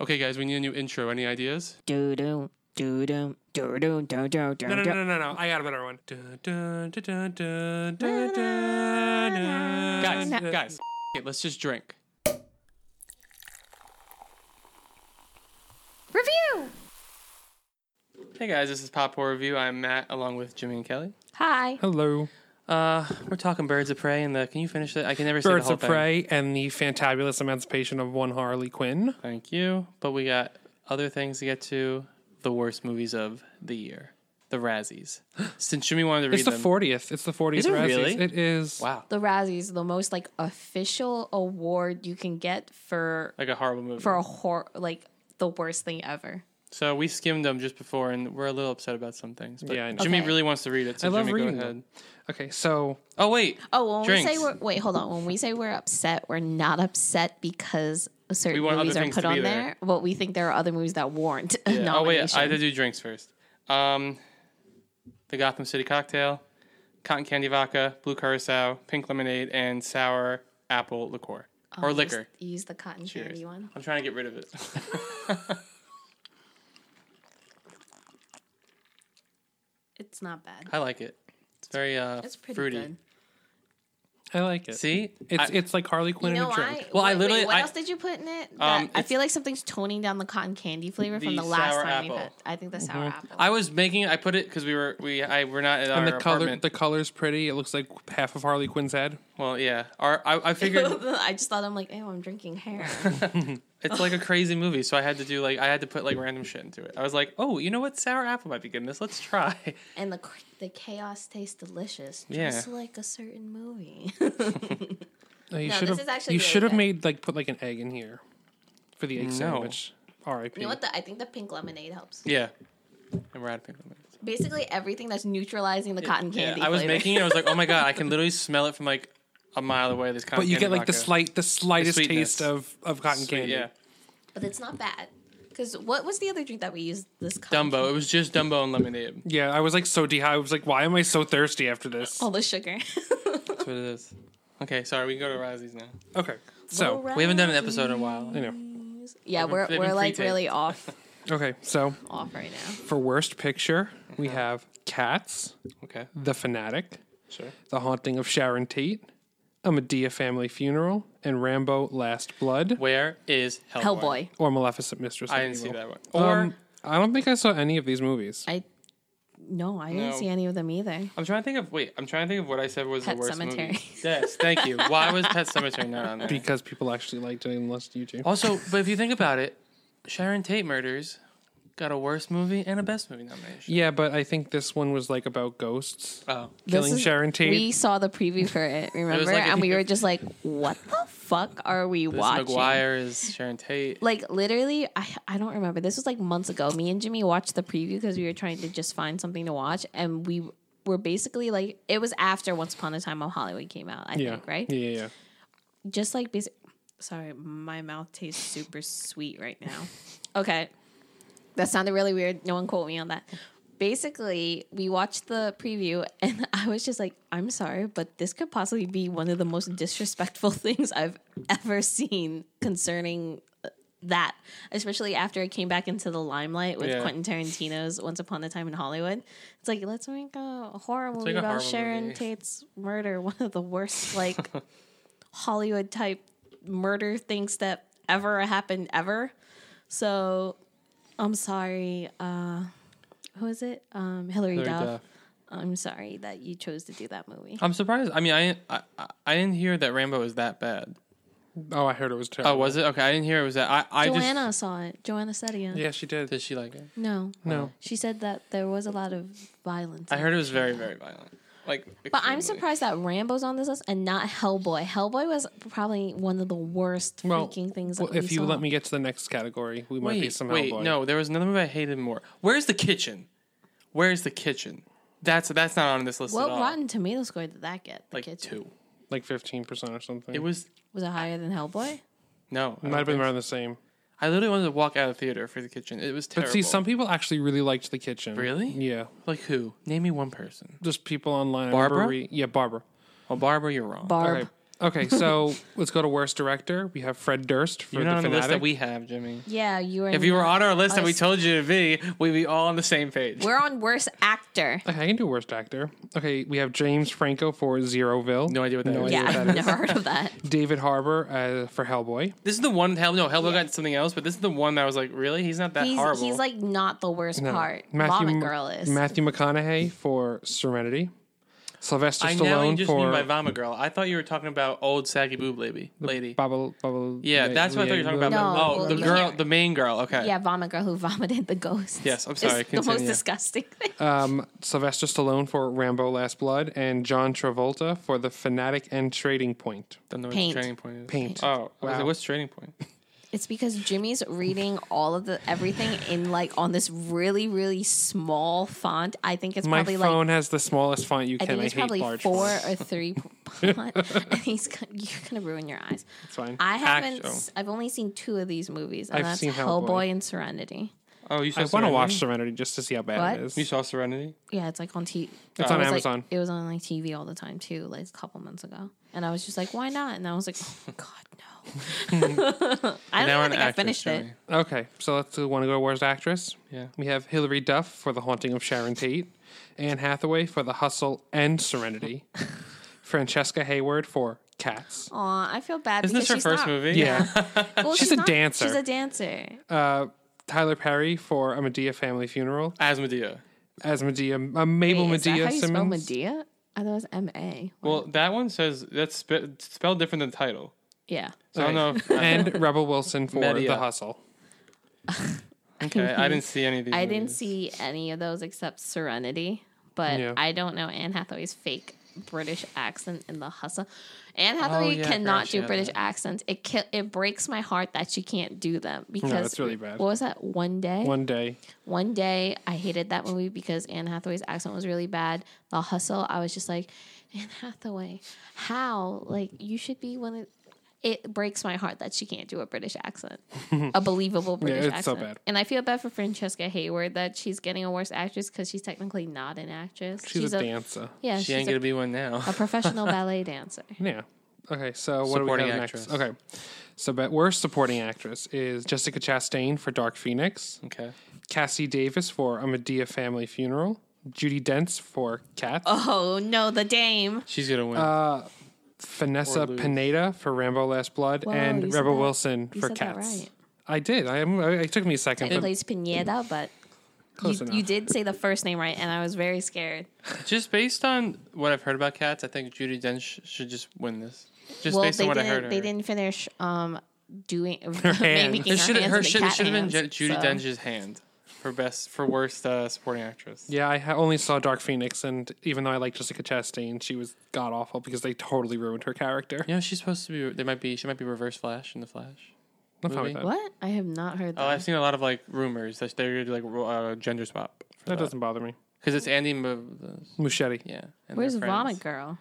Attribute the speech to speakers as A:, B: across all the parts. A: Okay, guys, we need a new intro. Any ideas?
B: Do do do do do do do do
C: No, no,
B: do.
C: no, no, no. I got a better one. Dun, dun, dun, dun, dun, dun, dun.
A: Guys,
C: Uh,
A: guys, okay, let's just drink.
D: Review!
A: Hey, guys, this is Pop Horror Review. I'm Matt, along with Jimmy and Kelly.
D: Hi.
C: Hello.
A: Uh, we're talking Birds of Prey, and the can you finish it? I can never say the
C: Birds
A: whole
C: of
A: thing.
C: Prey and the Fantabulous Emancipation of One Harley Quinn.
A: Thank you. But we got other things to get to. The worst movies of the year, the Razzies. Since Jimmy wanted to read
C: It's the
A: them,
C: 40th. It's the 40th
A: Is it
C: Razzies.
A: really?
C: It is.
A: wow,
D: The Razzies, the most like official award you can get for
A: like a horrible movie.
D: for a horror like the worst thing ever.
A: so we skimmed them just before, and we're a little upset about some things. But
C: Yeah, I know.
A: Jimmy
D: Okay.
A: really wants to read it. So
C: I love
A: Jimmy,
C: reading
A: go
C: them.
A: ahead.
C: Okay, so
A: Oh wait,
D: Oh, when
A: Drinks.
D: we say we're wait, hold on. When we say we're upset, we're not upset because certain
A: want other
D: movies are
A: things
D: put
A: to be
D: on there.
A: there.
D: but we think there are other movies that warrant a
A: Yeah. Oh wait,
D: nomination.
A: I had to do drinks first. Um, the Gotham City cocktail, cotton candy vodka, blue curacao, pink lemonade, and sour apple liqueur
D: Oh,
A: or liquor.
D: Just Use the cotton candy one.
A: I'm trying to get rid of it.
D: It's not bad.
A: I like it. It's very uh,
D: It's pretty
A: fruity.
D: good.
C: I like it.
A: See,
C: It's
A: I-
C: it's like Harley Quinn
D: You know
C: in a drink.
D: why?
A: Well, I
D: Wait, wait,
A: literally-
D: what
A: I-
D: else did you put in it? That-
A: Um,
D: I
A: it's-
D: feel like something's toning down the cotton candy flavor from
A: The
D: the last
A: sour
D: time we
A: apple. Mm-hmm.
D: had. I think the sour apple.
A: I was making. I put it because we were we I were not at our
C: and the color
A: apartment.
C: the color's pretty. It looks like half of Harley Quinn's head.
A: well, yeah. Our I, I figured
D: I just thought I'm like, oh, I'm drinking hair.
A: it's like a crazy movie, so I had to do like I had to put like random shit into it. I was like, oh, you know what? Sour apple might be good in this. Let's try.
D: and the cr- the chaos tastes delicious,
A: Yeah.
D: just like a certain movie.
C: No, Uh, you
D: No,
C: should
D: this
C: have.
D: is actually
C: you
D: really
C: should have
D: good.
C: made like put like an egg in here for the egg sandwich. R.I.P.
D: you know what? The, I think the pink lemonade helps.
A: yeah, and we're out of pink lemonade.
D: Basically, everything that's neutralizing the cotton
A: Yeah,
D: candy.
A: I was
D: flavor.
A: making it. I was like, oh my god, I can literally smell it from like a mile away. This cotton
C: but you
A: candy
C: get like the
A: vodka.
C: slight the slightest
A: sweetness.
C: taste of of cotton
A: Sweet,
C: candy.
A: Yeah,
D: but it's not bad. Because what was the other drink that we used? This cotton
A: Dumbo. It was just Dumbo and lemonade.
C: Yeah, I was like so dehydrated. I was like, why am I so thirsty after this?
D: All the sugar.
A: That's what it is. Okay, sorry. We can go to Razzies now.
C: Okay, so
A: We haven't done an episode in a while.
C: you know.
D: yeah, we're
A: they've been
D: we're like
A: pre-taped.
D: really off
C: Okay, so
D: off right now.
C: for worst picture, we have Cats,
A: Okay,
C: The Fanatic,
A: sure.
C: The Haunting of Sharon Tate, A Medea Family Funeral, and Rambo: Last Blood
A: Where is Hellboy?
D: Hellboy.
C: or Maleficent Mistress. of
A: I didn't see
C: Evil.
A: that one. Or
C: Um, I don't think I saw any of these movies.
D: I no, I didn't
A: No.
D: see any of them either.
A: I'm trying to think of wait. I'm trying to think of what I said was
D: Pet
A: the worst
D: Sematary.
A: movie. Yes, thank you. Why was Pet Cemetery not on there?
C: because people actually liked it unless you do.
A: also, but if you think about it, Sharon Tate murders got a worst movie and a best movie nomination.
C: Yeah, but I think this one was like about ghosts
A: Oh,
C: killing Sharon Tate.
D: We saw the preview for it, remember?
A: like a-
D: and we were just like, "What the fuck are we
A: this
D: watching?"
A: McGuire is Sharon Tate.
D: Like literally, I I don't remember. This was like months ago. Me and Jimmy watched the preview because we were trying to just find something to watch, and we were basically like, it was after Once Upon a Time on Hollywood came out, I
C: yeah,
D: think, right?
C: Yeah, yeah, yeah.
D: Just like basic. Sorry, my mouth tastes super sweet right now. Okay. That sounded really weird. No one quote me on that. Basically, we watched the preview and I was just like, I'm sorry, but this could possibly be one of the most disrespectful things I've ever seen concerning uh, that, especially after it came back into the limelight with
A: Yeah.
D: Quentin Tarantino's Once Upon a Time in Hollywood. It's like, let's make a horror movie
A: like a
D: about
A: horror
D: Sharon
A: movie.
D: Tate's murder, one of the worst, like, Hollywood type murder things that ever happened ever. So I'm sorry. Uh, who is it? Um, Hillary,
A: Hillary
D: Duff.
A: Duff.
D: I'm sorry that you chose to do that movie.
A: I'm surprised. I mean, I, I I didn't hear that Rambo was that bad.
C: Oh, I heard it was terrible.
A: Oh, was it? Okay, I didn't hear it was that. I I
D: Joanna
A: just
D: saw it. Joanna said it.
C: yeah, she did.
A: did she like it?
D: No,
C: No.
D: She said that there was a lot of violence.
A: I heard it was very very violent. Like,
D: But I'm
A: extremely.
D: surprised that Rambo's on this list and not Hellboy. Hellboy was probably one of the worst
C: Well,
D: freaking things.
C: well,
D: that we
C: if you
D: saw.
C: let me get to the next category, we might be
A: Wait,
C: some
A: wait,
C: Hellboy.
A: no, there was another movie I hated more. Where's the kitchen? Where's the kitchen? That's that's not on this list
D: what
A: at all.
D: Rotten Tomato score did that get? The
A: like
D: Kitchen.
A: two.
C: like fifteen percent or something.
A: It was
D: Was it higher than Hellboy?
A: no. I,
C: might have
A: don't
C: been
A: think-
C: around the same.
A: I literally wanted to walk out of the theater for the kitchen. It was
C: But
A: terrible.
C: see, some people actually really liked the kitchen.
A: Really?
C: Yeah,
A: like who? Name me one person.
C: just people online. I remember
A: Barbara?
C: re- yeah, Barbara.
A: Well, Barbara, you're wrong.
D: Barb.
C: Okay. Okay, so let's go to worst director. We have Fred Durst for
A: You're
C: the
A: not on the list
C: Fanatic.
A: that we have, Jimmy.
D: Yeah, you were.
A: If you were on our list that we
D: us.
A: told you to be, we'd be all on the same page.
D: we're on worst actor.
C: okay, I can do worst actor. Okay, we have James Franco for Zeroville.
A: No idea what that
C: No
A: is.
C: idea
D: Yeah,
C: what that
D: I've
C: is.
D: never heard of that.
C: David Harbour uh, for Hellboy.
A: This is the one. Hell no, Hellboy got something else, but this is the one that I was like, really? He's not that
D: He's
A: horrible.
D: he's like not the worst
C: No.
D: part.
C: Matthew
D: Vomit
C: M-
D: Girl is.
C: Matthew McConaughey for Serenity. Sylvester
A: I know you
C: Stallone
A: just
C: for
A: mean by Vama Girl. I thought you were talking about old saggy boob lady. Lady.
C: Bubble Bubble.
A: Yeah, that's what I thought you were talking about.
D: No,
A: but- oh,
D: well,
A: the
D: yeah.
A: girl, the main girl. Okay.
D: yeah, Vomit Girl who vomited the ghost.
A: Yes, I'm sorry,
D: It's the most
A: continue.
D: disgusting thing.
C: Um, Sylvester Stallone for Rambo: Last Blood and John Travolta for The Fanatic and Trading Point.
A: Don't know what
D: Paint.
A: the training point is.
C: Paint.
A: Oh, I was
C: Wow.
A: like, what's training point?
D: It's because Jimmy's reading all of the everything in like on this really really small font. I think it's
C: My
D: probably like
C: phone has the smallest font you
D: I
C: can. I,
D: think it's
C: hate
D: probably
C: large
D: four
C: fonts.
D: or three font. and he's gonna, you're gonna ruin your eyes.
C: It's fine.
D: I
A: Act-
D: haven't.
A: oh.
D: s- I've only seen two of these movies, and
C: I've
D: that's
C: seen
D: Hellboy.
C: Hellboy.
D: and Serenity.
A: Oh, you
C: I
A: saw
C: want to
A: Serenity?
C: watch Serenity just to see how bad it
D: What?
C: is.
A: You saw Serenity?
D: Yeah, it's like on T.
C: It's
D: it
C: on
D: was, like-
C: Amazon.
D: it was on like TV all the time too, like a couple months ago. And I was just like, why not? And I was like, oh, God, no. I
A: Now
D: don't
A: we're
D: even
A: an
D: think I
A: actress,
D: finished it.
A: Joey.
C: Okay, so let's want to go to worst actress.
A: Yeah.
C: we have Hilary Duff for The Haunting of Sharon Tate, Anne Hathaway for The Hustle and Serenity, Francesca Hayward for Cats,
D: Aw, I feel bad.
A: Isn't this
D: because
A: her
D: she's
A: first
D: not-
A: movie?
C: Yeah.
D: Well,
C: She's a
D: not-
C: dancer.
D: She's a dancer.
C: uh, Tyler Perry for A Medea Family Funeral,
A: Asmodea.
C: as Medea, uh, Mabel
D: Wait, is that
C: Medea
D: how you spell
C: Simmons.
D: Medea? I thought it was M A.
A: Oh, Well, that one says that's spe- spelled different than the title.
D: Yeah.
A: So I don't know. If,
C: and Rebel Wilson for
A: Medea.
C: The Hustle.
A: okay, I didn't see any of these.
D: I didn't
A: movies.
D: see any of those except Serenity, but
C: Yeah.
D: I don't know Anne Hathaway's fake British accent in the hustle. Anne
C: Oh,
D: Hathaway
A: yeah, I
D: cannot
A: forgot she
D: do
A: had
D: British accents. It ki- it breaks my heart that she can't do them because
C: it's really bad.
D: What was that? One day, one,
C: One day,
D: day, I hated that movie because Anne Hathaway's accent was really bad. The hustle, I was just like, Anne Hathaway, how like you should be one of it breaks my heart that she can't do a British accent, a believable British
C: it's so
D: accent.
C: bad.
D: And I feel bad for Francesca Hayward that she's getting a worse actress because she's technically not an actress.
C: she's, a, dancer.
D: Yeah,
A: She
D: she's
A: ain't
D: a,
A: gonna be one now.
D: a professional ballet dancer.
C: Yeah. Okay, so what
A: Supporting
C: do we have
A: actress.
C: next? Okay. So, but worst supporting actress is Jessica Chastain for Dark Phoenix,
A: Okay.
C: Cassie Davis for A Medea Family Funeral, Judy Dent's for Cats,
D: Oh no, the dame.
A: She's gonna win.
D: Uh,
C: Vanessa Pineda for Rambo Last Blood,
D: Wow, you
C: and
D: said
C: Rebel
D: that-
C: Wilson
D: you
C: for
D: said that
C: Cats.
D: right.
C: I did. I, am- I it took me a second.
D: It
C: But
D: plays Pineda, but
C: Close
D: you,
C: enough.
D: you did say the first name right, and I was very scared.
A: just based on what I've heard about cats, I think Judy Dench sh- should just win this. Just
D: well,
A: based
D: they
A: on what I
D: didn't.
A: heard.
D: they didn't finish um doing
C: hands.
D: making
A: It
D: her
A: should
D: hands
A: have. Her
D: into
A: should
D: cat
A: have been
D: hands,
A: Ju- Judy
D: so.
A: Dench's hand for best for worst uh, supporting actress.
C: yeah, I ha- only saw Dark Phoenix, and even though I like Jessica Chastain, she was god awful because they totally ruined her character.
A: You know she's supposed to be. There might be. She might be Reverse Flash in the Flash.
C: I'm fine
A: movie.
C: with that.
D: What? I have not heard that.
A: Oh, I've seen a lot of like rumors that they're gonna do, like ro- uh, gender swap
C: That doesn't bother me.
A: because it's Andy. Mov-
C: Muschetti.
A: yeah. and their
D: Where's
A: friends.
D: Vomit Girl?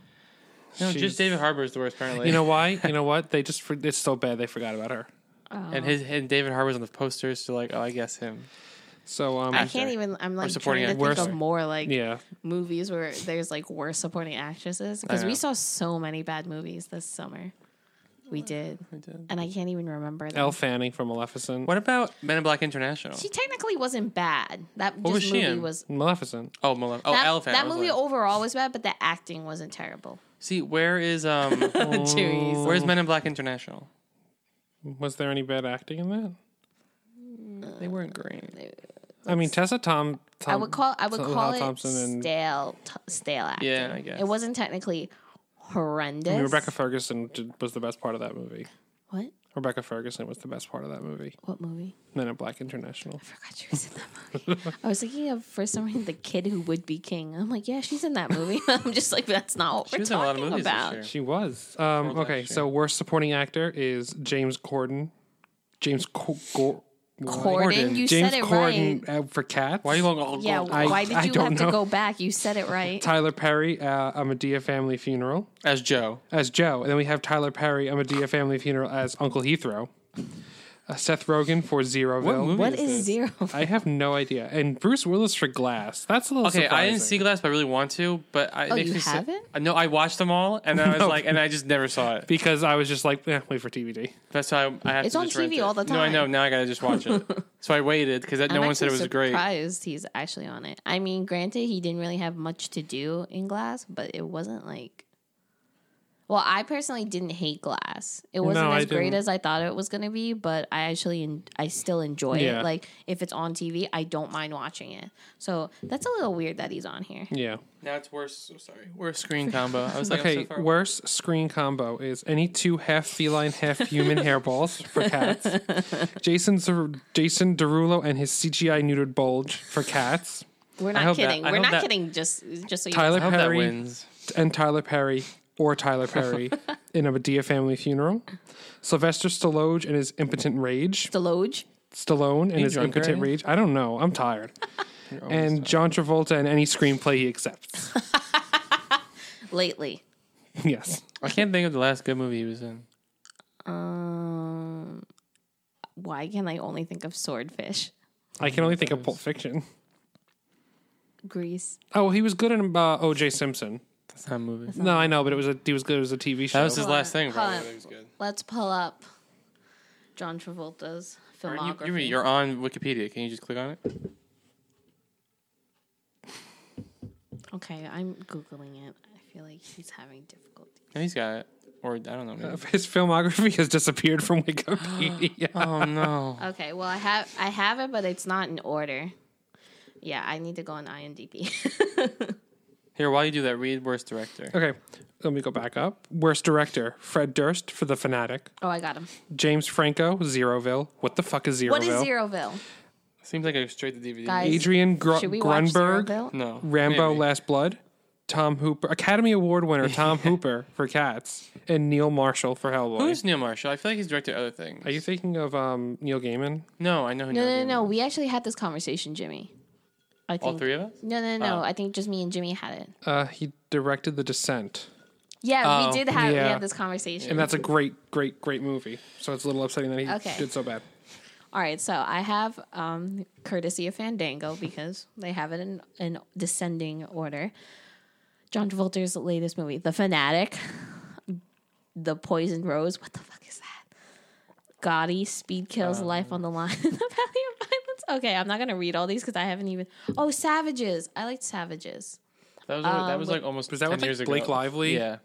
A: No,
C: She's-
A: just David Harbour is the worst apparently.
C: You know why? You know what? They just for- it's so bad they forgot about her.
D: Oh.
A: and his and David Harbour's on the posters, so like, oh, I guess him.
C: So um,
D: I can't even. I'm like
A: supporting
D: trying to
A: act-
D: think
A: worst-
D: of more like
C: yeah,
D: movies where there's like worse supporting actresses because
A: I
D: we
A: know.
D: saw so many bad movies this summer. We did,
A: I did.
D: and I can't even remember them.
C: Elle Fanning from Maleficent.
A: What about Men in Black International?
D: She technically wasn't bad. That
A: What
D: just
A: was she
D: movie
A: in?
D: was.
C: Maleficent.
A: oh, Malef- oh,
D: that,
A: Elephant.
D: that
A: I was
D: movie
A: like-
D: overall was bad, but the acting wasn't terrible.
A: See, where is um,
D: Jeez.
A: where's Men in Black International?
C: Was there any bad acting in that?
A: They weren't great.
C: I mean, Tessa Tom. Tom
D: I
A: Um,
D: would call I would
C: Tom-
D: call
C: Hal
D: it
C: Thompson and
D: stale t- stale acting.
A: Yeah, I guess.
D: it wasn't technically horrendous.
C: I mean, Rebecca Ferguson did- was the best part of that movie.
D: what?
C: Rebecca Ferguson was the best part of that movie.
D: What movie?
C: Men in Black International.
D: I forgot she was in that movie. I was thinking of for some reason the kid who would be king. I'm like, yeah, she's in that movie. I'm just like, that's not what
A: She
D: we're
A: was in a lot of
D: talking
A: movies this
D: about.
A: year.
C: She was. Um,
A: World
C: okay,
A: Last Year.
C: so worst supporting actor is James Corden. James Co- Go-
D: Corden,
A: Corden.
D: you
C: James
D: said it
C: Corden
D: right.
C: uh, for Cats.
A: Why are Oh, you going? all
D: Yeah,
A: gold?
C: I-
D: why did
C: I
D: you
C: don't
D: have
C: know.
D: to go back? You said it right.
C: Tyler Perry, uh, A Medea Family Funeral
A: as Joe.
C: as Joe, and then we have Tyler Perry, A Medea Family Funeral as Uncle Heathrow. Uh, Seth Rogen for Zeroville.
A: What movie
D: What
A: is
D: is
A: this?
D: zero?
C: I have no idea. And Bruce Willis for Glass. That's a little
A: Okay, I didn't see
C: surprising.
A: Glass, but I really want to. But I, it
D: Oh,
A: makes
D: you
A: me sa-
D: haven't?
A: Uh, No, I watched them all, and then I was
C: No.
A: like, and I just never saw it.
C: because I was just like, eh, wait for DVD.
A: That's why I, I have
D: It's
A: to
D: on
A: just rent
D: TV
A: it.
D: all the
A: No, I
D: time.
A: know. Now I gotta just watch it. so I waited because no
D: I'm
A: one said it
D: actually
A: was great.
D: Surprised he's actually on it. I mean, granted, he didn't really have much to do in Glass, but it wasn't like. Well, I personally didn't hate Glass. It wasn't
C: No, I
D: as great
C: didn't.
D: as I thought it was going to be, but I actually en- I still enjoy
C: Yeah.
D: it. Like if it's on TV, I don't mind watching it. So that's a little weird that he's on here.
C: Yeah.
A: Now it's worse. Oh, sorry, worse screen combo. I was like, I'm
C: Okay,
A: so far-
C: worst screen combo is any two half feline, half human hairballs for cats. Jason Zer- Jason Derulo and his CGI neutered bulge for cats.
A: hope
D: We're not
A: that-
D: kidding.
A: I
D: We're
A: hope
D: not
A: that-
D: kidding. Just just so you
C: Tyler
A: I hope that
C: Perry.
A: wins.
C: and Tyler Perry or Tyler Perry in a Medea family funeral. Sylvester Stallone and his impotent rage.
D: Deloge.
C: Stallone and his
A: drunk
C: impotent
A: already?
C: rage. I don't know. I'm tired. and John Travolta and any screenplay he accepts.
D: lately.
C: yes.
A: I can't think of the last good movie he was in.
D: Um, why can I only think of swordfish?
C: I can only think of Pulp Fiction.
D: Grease.
C: Oh, he was good in uh, O.J. Simpson.
A: That's not a movie.
C: No, I know, but it was a he was good. It was a TV show.
A: That was his last thing.
D: Hold on.
A: Probably. It was good.
D: Let's pull up John Travolta's
A: Aren't
D: filmography.
A: You, you're, you're on Wikipedia. Can you just click on it?
D: okay, I'm googling it. I feel like he's having difficulty.
A: No, he's got it. Or I don't know. Maybe.
C: his filmography has disappeared from Wikipedia.
A: oh no.
D: Okay, well I have I have it, but it's not in order. Yeah, I need to go on IMDb.
A: Here, while you do that, read worst director.
C: okay, let me go back up. Worst director: Fred Durst for The Fanatic.
D: oh, I got him.
C: James Franco, Zeroville. What the fuck is Zeroville?
D: What is Zeroville?
A: Seems like a straight to DVD.
D: Guys,
C: Adrian Gr-
D: Should we watch
C: Grunberg,
D: Zeroville?
A: no.
C: Rambo:
A: maybe.
C: Last Blood, Tom Hooper, Academy Award winner Tom Hooper for Cats, and Neil Marshall for Hellboy.
A: Who's Neil Marshall? I feel like he's directed other things.
C: Are you thinking of um, Neil Gaiman?
A: no, I know who
D: No,
A: Neil
D: no, no,
A: Gaiman
D: no.
A: is.
D: We actually had this conversation, Jimmy. I think.
A: All three Oh. of us?
D: No, no, no. I think just me and Jimmy had it.
C: Uh, he directed The Descent,
D: Yeah,
A: Oh,
D: we did have
C: yeah.
D: we had this conversation.
C: and that's a great, great, great movie. So it's a little upsetting that he
D: Okay.
C: did so bad.
D: All right, so I have um, courtesy of Fandango because they have it in, in descending order. John Travolta's latest movie, The Fanatic, The Poisoned Rose. What the fuck is that? Gotti, Speed Kills,
A: Uh,
D: Life on the Line, The Valley of Violence. Okay, I'm not gonna read all these because I haven't even. Oh, Savages. I liked Savages
A: That was, that was like almost
C: was that
A: 10
C: with, like,
A: years ago.
C: Blake Lively?
A: Yeah.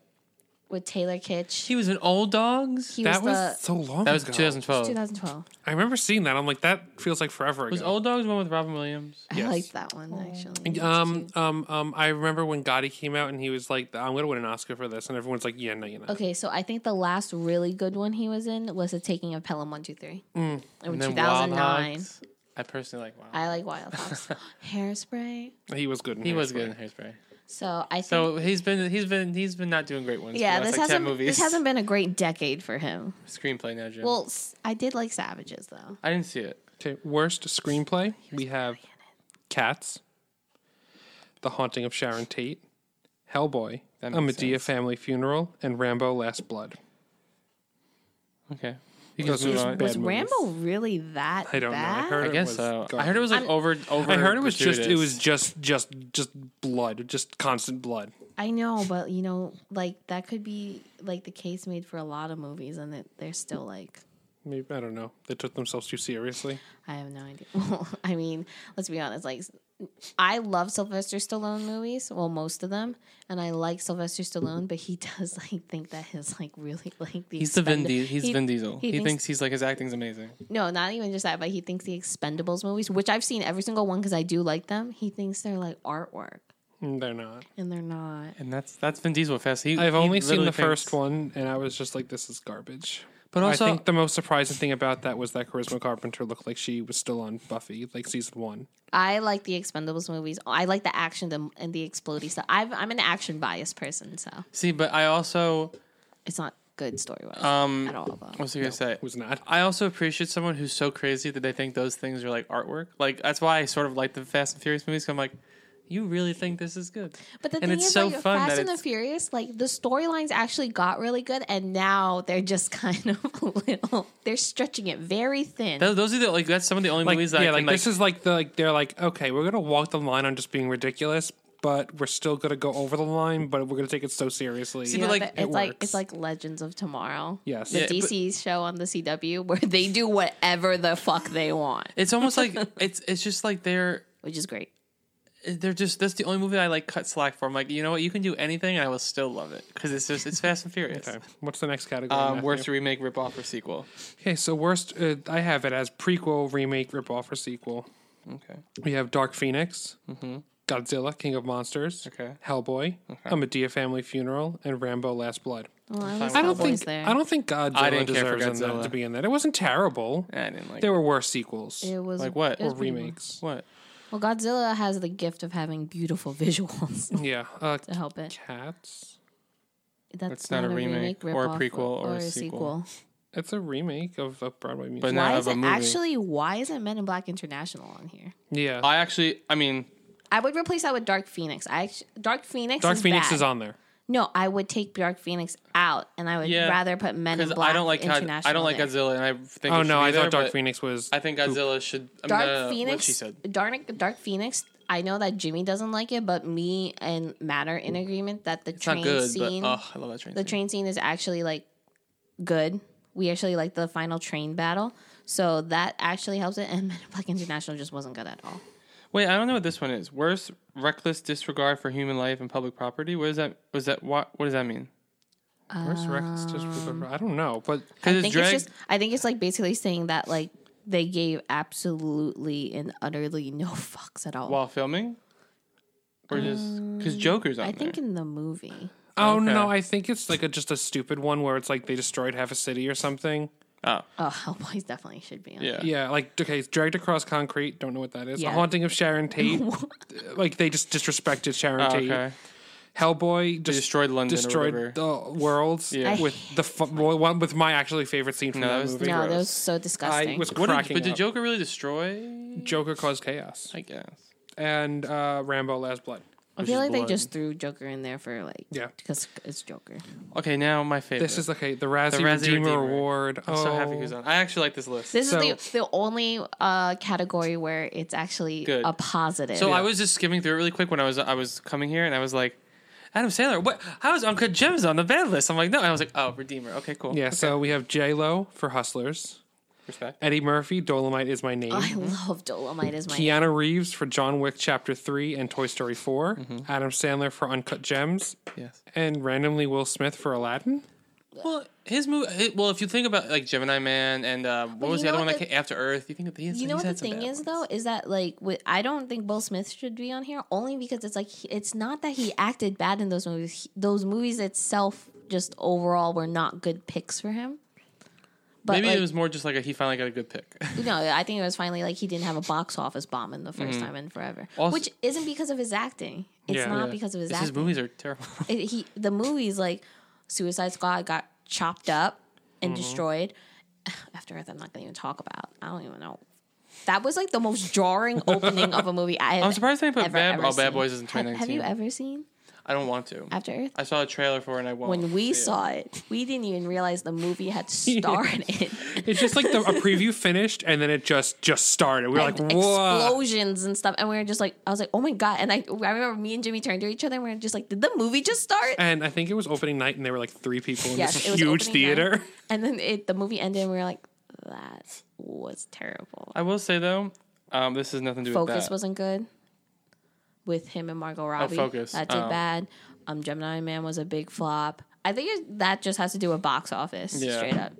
D: with Taylor Kitsch.
A: He was in Old Dogs?
D: He
C: That was,
D: was,
C: so long.
A: that was
C: ago.
A: 2012.
D: the 2012.
C: I remember seeing that. I'm like, that feels like forever ago.
A: Was Old Dogs one with Robin Williams?
D: I
C: Yes.
D: liked that one actually.
C: Um, um, um, I remember when Gotti came out and he was like, I'm going to win an Oscar for this. And everyone's like, yeah, no, you're not.
D: Okay, so I think the last really good one he was in was the Taking of Pelham One Two Three. In two
A: Wild
D: thousand nine.
A: Hogs. I personally like Wild.
D: I like Wild Hogs. Hairspray.
C: He was good. In
A: he was
C: Hairspray.
A: good in Hairspray.
D: So I think
A: So he's been he's been he's been not doing great ones.
D: yeah,
A: for the
D: this
A: last, like, 10
D: hasn't
A: movies.
D: this hasn't been a great decade for him.
A: screenplay now, Jim.
D: Well, s- I did like Savages though.
A: I didn't see it.
C: Okay, worst screenplay we have Cats, The Haunting of Sharon Tate, Hellboy,
A: That
C: A
A: makes
C: Medea Family Funeral, and Rambo: Last Blood.
A: Okay.
C: You can
A: move on.
D: Was Rambo really that
C: I don't know. I
D: bad?
C: heard
A: I
C: it
A: guess
C: was
A: so. I
C: garbage.
A: heard it was like
D: I'm-
A: over over.
C: I heard it was just it
A: gratuitous.
C: was just just just blood, just constant blood.
D: I know, but you know, like that could be like the case made for a lot of movies, and it, they're still like.
C: Maybe I don't know. They took themselves too seriously.
D: I have no idea. Well, I mean, let's be honest. Like, I love Sylvester Stallone movies. Well, most of them, and I like Sylvester Stallone, but he does like think that his like really like the
A: He's the Vin
D: Expend-
A: Diesel. He's
D: he-
A: Vin Diesel. He,
D: he thinks-
A: thinks he's like his acting's amazing.
D: no, not even just that, but he thinks the Expendables movies, which I've seen every single one because I do like them. He thinks they're like artwork,
C: Mm, They're not.
D: and they're not.
A: And that's that's Vin Diesel fest. He,
C: I've
A: he
C: only seen
A: literally
C: the first
A: thinks-
C: one, and I was just like, "This is garbage."
A: But also,
C: I think the most surprising thing about that was that Charisma Carpenter looked like she was still on Buffy, like season one.
D: I like the Expendables movies. I like the action and- and the explodey stuff. I've, I'm an action biased person, so
A: see, but I also
D: it's not good story wise
A: um,
D: at all. But.
A: what's I gonna say?
C: It was not.
A: I also appreciate someone who's so crazy that they think those things are like artwork. Like that's why I sort of like the Fast and Furious movies. 'cause I'm like, you really think this is good.
D: But the
A: And
D: thing
A: it's
D: is,
A: so
D: like,
A: fun
D: Fast
A: that
D: and the
A: it's-
D: Furious, like the storylines actually got really good, and now they're just kind of a little. They're stretching it very thin.
A: Those, those are the like that's some of the only
C: Like,
A: movies that
C: yeah,
A: I
C: like,
A: can,
C: this is like the like they're like okay, we're gonna walk the line on just being ridiculous, but we're still gonna go over the line, but we're gonna take it so seriously.
A: See, but, like,
D: it's
A: it
D: like
C: works.
D: it's like Legends of Tomorrow.
C: Yes.
D: the
C: Yeah,
A: but-
D: DC show on the CW where they do whatever the fuck they want,
A: it's almost like it's it's just like they're
D: which is great.
A: they're just that's the only movie I like cut slack for. I'm like, you know what, you can do anything, and I will still love it because it's just it's Fast and Furious.
C: Okay, what's the next category?
A: Um,
C: Matthew?
A: worst remake, ripoff, or sequel.
C: Okay, so worst, uh, I have it as prequel, remake, ripoff, or sequel.
A: Okay, Mm-hmm.
C: We have Dark Phoenix, Godzilla, King of Monsters,
A: Okay.
C: Hellboy,
A: Okay.
C: Amadea Family Funeral, and Rambo: Last Blood.
D: Well, I,
A: fine
D: was
A: with
C: I don't
D: Hellboy's
C: think
D: there.
C: I don't think Godzilla
A: I didn't care for
C: deserves in that
A: Godzilla.
C: to be in that. It wasn't terrible.
A: I didn't like
C: There were worse sequels
D: it was
A: like what?
D: it was
C: or
D: pretty
C: remakes.
A: what.
D: Well, Godzilla has the gift of having beautiful visuals
C: Yeah, uh,
D: to help it.
C: Cats.
D: That's
A: It's not a remake or a
D: ripoff,
A: prequel or a sequel.
C: It's a remake of a Broadway musical.
A: But now-
D: Why
A: of
D: is
A: a
D: it
A: movie.
D: actually? Why isn't Men in Black International on here?
C: yeah,
A: I actually, I mean,
D: I would replace that with Dark Phoenix. I actu- Dark Phoenix.
C: Dark
D: is
C: Phoenix
D: bad.
C: is on there.
D: No, I would take Dark Phoenix out, and I would
A: Yeah,
D: rather put Men in
A: because
D: Black.
A: I don't like God,
D: International.
A: I don't like uh,
D: there.
A: Godzilla, and I think
C: Oh
A: it should
C: no,
A: be
C: I
A: there,
C: thought Dark
A: but
C: Phoenix was.
A: I think Godzilla should. I mean,
D: Dark
A: no, no, no, what
D: Phoenix.
A: she said.
D: Dark Dark Phoenix. I know that Jimmy doesn't like it, but me and Matt are in agreement that the
A: It's
D: train
A: not good,
D: scene,
A: but oh, I love that train.
D: the
A: scene.
D: train scene is actually like good. We actually like the final train battle, so that actually helps it. And Men in Black International just wasn't good at all.
A: Wait, I don't know what this one is. Worst reckless disregard for human life and public property. What is that? Was that what? What does that mean?
C: Where's Reckless Disregard?
D: Oh.
C: I don't know, but
D: I
A: Because it's
D: think
A: drag.
D: it's just I think it's like basically saying that like they gave absolutely and utterly no fucks at all.
A: while filming, or just because Joker's on
D: Um, I think
A: there.
D: in the movie.
C: oh no,
A: Okay.
C: I think it's like a, just a stupid one where it's like they destroyed half a city or something.
A: oh,
D: Oh, Hellboys definitely should be on.
A: yeah.
C: Yeah, like okay, it's dragged across concrete. Don't know what that is.
D: Yeah.
C: The haunting of Sharon Tate. like they just disrespected Sharon
A: Oh,
C: Tate.
A: okay.
C: Hellboy just
A: destroyed London or whatever.
C: Destroyed the worlds
A: Yeah.
C: with the fu- one with my actually favorite scene from
A: No, that
C: that,
A: was
C: movie.
A: the-
D: No, that
A: Gross.
D: was so disgusting.
C: I was
A: What did,
C: cracking
A: but did
C: up.
A: Joker really destroy?
C: Joker caused chaos
A: I guess.
C: and uh, Rambo: Last Blood.
D: I
A: Which
D: feel
A: is
D: like
A: blood.
D: they just threw Joker in there for like
C: Yeah.
D: because it's Joker.
A: Okay, now my favorite.
C: This is okay. The Razzie,
A: The Razzie
C: Redeemer,
A: Redeemer.
C: Award.
A: I'm
C: oh,
A: so happy who's on. I actually like this list.
D: This
C: So-
D: is the the only uh category where it's actually
A: Good.
D: a positive.
A: So I was just skimming through it really quick when I was I was coming here and I was like, Adam Sandler, what? How is Uncut Gems on the bad list? I'm like, no. And I was like, oh, Redeemer. Okay, cool.
C: Yeah, so we have J Lo for Hustlers,
A: Respect.
C: Eddie Murphy, Dolomite is my name,
D: I love Dolomite as my
C: Keanu Reeves for John Wick Chapter Three and Toy Story 4
A: Mm-hmm.
C: Adam Sandler for Uncut Gems,
A: Yes.
C: and randomly Will Smith for Aladdin.
A: Well, his movie. hi- Well, if you think about like Gemini Man and uh, what
D: you
A: was the
D: know
A: other
D: what
A: one that
D: the-
A: came after Earth? You think that he's,
D: You
A: he's
D: know what the
A: had some
D: thing
A: bad
D: is
A: ones.
D: though is that like with, I don't think Will Smith should be on here only because it's like he, it's not that he acted bad in those movies. He- those movies itself just overall were not good picks for him. But
A: Maybe
D: like,
A: it was more just like a, he finally got a good pick.
D: no, I think it was finally like he didn't have a box office bomb in the first time in forever,
A: Mm-hmm. Also-
D: which isn't because of his acting. It's
C: Yeah.
D: not
C: Yeah.
D: because of his
A: It's his
D: acting.
A: movies are terrible.
D: It- he the movies like Suicide Squad got chopped up and
A: Mm-hmm.
D: destroyed. After Earth, I'm not going to even talk about. I don't even know. That was like the most jarring opening of a movie I. Have
A: I'm surprised they didn't put
D: ever,
A: Bad-
D: ever
A: oh, Bad
D: seen.
A: Boys is in
D: Have- Have, you
A: 2019.
D: ever seen
A: I don't want to.
D: After Earth?
A: I saw a trailer for it and I won't.
D: When we
A: see it.
D: saw it, we didn't even realize the movie had started.
C: It's just like the, a preview finished and then it just just started. We were like,
D: And
C: whoa.
D: explosions and stuff, and we were just like, I was like, oh my god! And I, I remember me and Jimmy turned to each other, and we were just like, did the movie just start?
C: And I think it was opening night and there were like three people in
D: Yes,
C: this
D: it was
C: huge
D: opening night.
C: theater.
D: And then it, the movie ended, and we were like, that was terrible.
A: I will say though, um, this has nothing to do with
D: Focus
A: that.
D: wasn't good with him and Margot Robbie.
A: Focus.
D: That did
A: Oh.
D: bad. Um, Gemini Man was a big flop. I think it, that just has to do with box office.
A: Yeah.
D: Straight up.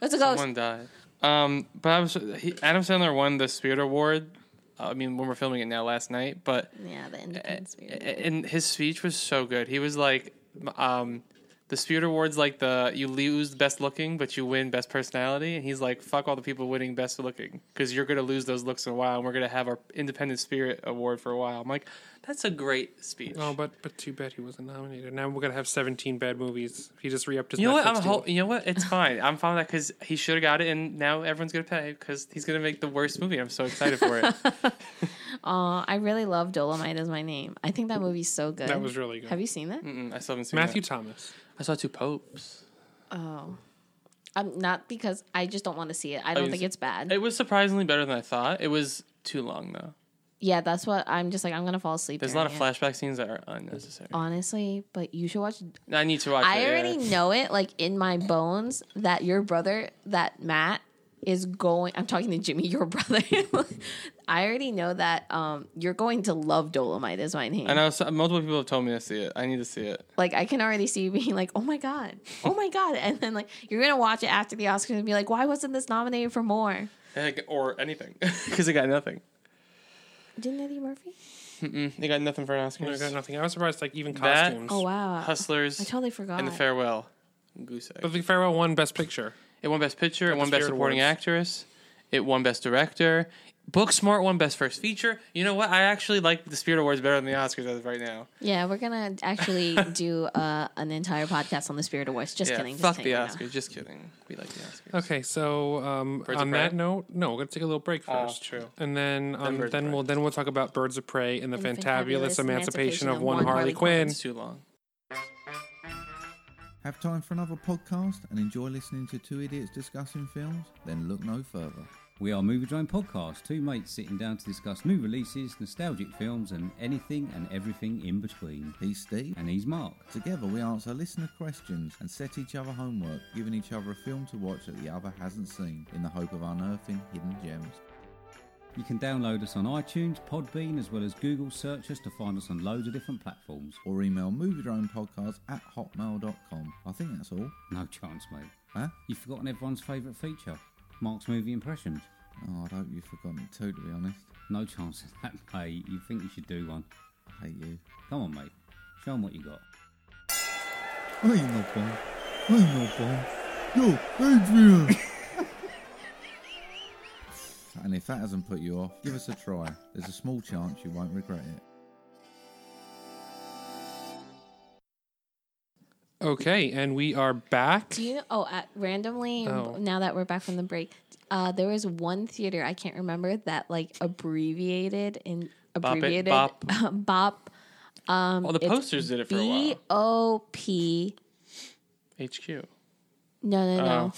D: Let's go.
A: One died. Um, but I was he, Adam Sandler won the Spirit Award. Uh, I mean, when we're filming it now, last night. But
D: Yeah, the Independence Spirit.
A: a- and his speech was so good. He was like, um, the Spirit Awards, like the you lose best looking, but you win best personality. And he's like, fuck all the people winning best looking because you're gonna lose those looks in a while, and we're gonna have our Independent Spirit Award for a while. I'm like, that's a great speech.
C: Oh, but but too bad he wasn't nominated. Now we're gonna have seventeen bad movies. He just re-upped his.
A: You know what? I'm
C: Netflix
A: ho-
C: deal.
A: you know what? It's fine. I'm fine with that because he should have got it, and now everyone's gonna pay because he's gonna make the worst movie. I'm so excited for it.
D: Uh, I really love Dolomite is my name. I think that movie's so good.
C: That was really good.
D: Have you seen it?
A: Mm-mm, Mm, I still haven't seen
C: Matthew
A: That.
C: Thomas.
A: I saw two popes.
D: Oh, I'm not because I just don't want to see it. I don't
A: Oh, you
D: think
A: see-
D: it's bad.
A: It was surprisingly better than I thought. It was too long though.
D: yeah, that's what I'm just like. I'm gonna fall asleep.
A: There's a lot of
D: during it.
A: flashback scenes that are unnecessary.
D: Honestly, but you should watch
A: I need to watch.
D: I
A: it,
D: already
A: yeah.
D: know it, like in my bones, that your brother, that Matt, is going. I'm talking to Jimmy, your brother. I already know that um, you're going to love Dolomite. Is my name.
A: I know so, multiple people have told me to see it. I need to see it.
D: like I can already see you being like, oh my god, oh my god, and then like you're gonna watch it after the Oscars and be like, why wasn't this nominated for more?
A: Heck, Or anything. Because it got nothing.
D: Didn't Eddie Murphy?
A: Mm-mm, it got nothing for an
C: I got
A: Oscar.
C: nothing. I was surprised, like even
A: That-
C: costumes.
D: Oh wow,
A: Hustlers
D: I totally forgot.
A: and The Farewell. Goose Egg.
C: But the Farewell won Best Picture.
A: It won Best Picture. It
C: the
A: won Best
C: Spirit
A: Supporting
C: Awards.
A: Actress. It won Best Director. Booksmart won Best First Feature. You know what? I actually like the Spirit Awards better than the Oscars as of right now.
D: yeah, we're gonna actually do uh, an entire podcast on the Spirit Awards. Just
A: yeah,
D: kidding. Just
A: fuck the
D: kidding right now.
A: Oscars. Just kidding. We like the Oscars.
C: Okay, so um,
A: Birds of
C: on that
A: Prey?
C: note, no, we're gonna take a little break
A: Oh,
C: first,
A: true.
C: and then um,
A: Birds of
C: then,
A: Prey.
C: we'll then we'll talk about Birds of Prey and the, fantabulous, emancipation of one Harley Quinn.
A: It's too long.
E: Have time for another podcast and enjoy listening to two idiots discussing films? Then look no further.
F: We are Movie Drone Podcast, two mates sitting down to discuss new releases, nostalgic films, and anything and everything in between.
E: He's Steve.
F: And he's Mark.
E: Together we answer listener questions and set each other homework, giving each other a film to watch that the other hasn't seen, in the hope of unearthing hidden gems.
F: You can download us on iTunes, Podbean, as well as Google search us to find us on loads of different platforms.
E: Or email moviedronepodcast at hotmail.com. I think that's all.
F: No chance, mate.
E: Huh?
F: You've forgotten everyone's favourite feature Mark's movie impressions.
E: Oh, I'd hope you've forgotten it too, to be honest.
F: No chance of that, mate. You think you should do one?
E: I hate you.
F: Come on, mate. Show 'em what you got.
E: I ain't no bomb. I ain't no bomb. Yo, Adrian! and if that hasn't put you off, give us a try. There's a small chance you won't regret it.
C: Okay, and we are back.
D: Do you know? Oh, uh, randomly,
C: Oh.
D: now that we're back from the break, uh, there was one theater I can't remember that like abbreviated in
A: Bop it,
D: abbreviated
A: bop.
D: bop. Um,
C: Oh,
A: Well, the
D: it's
A: posters did it for a while.
D: B O P.
A: HQ.
D: No, no, no.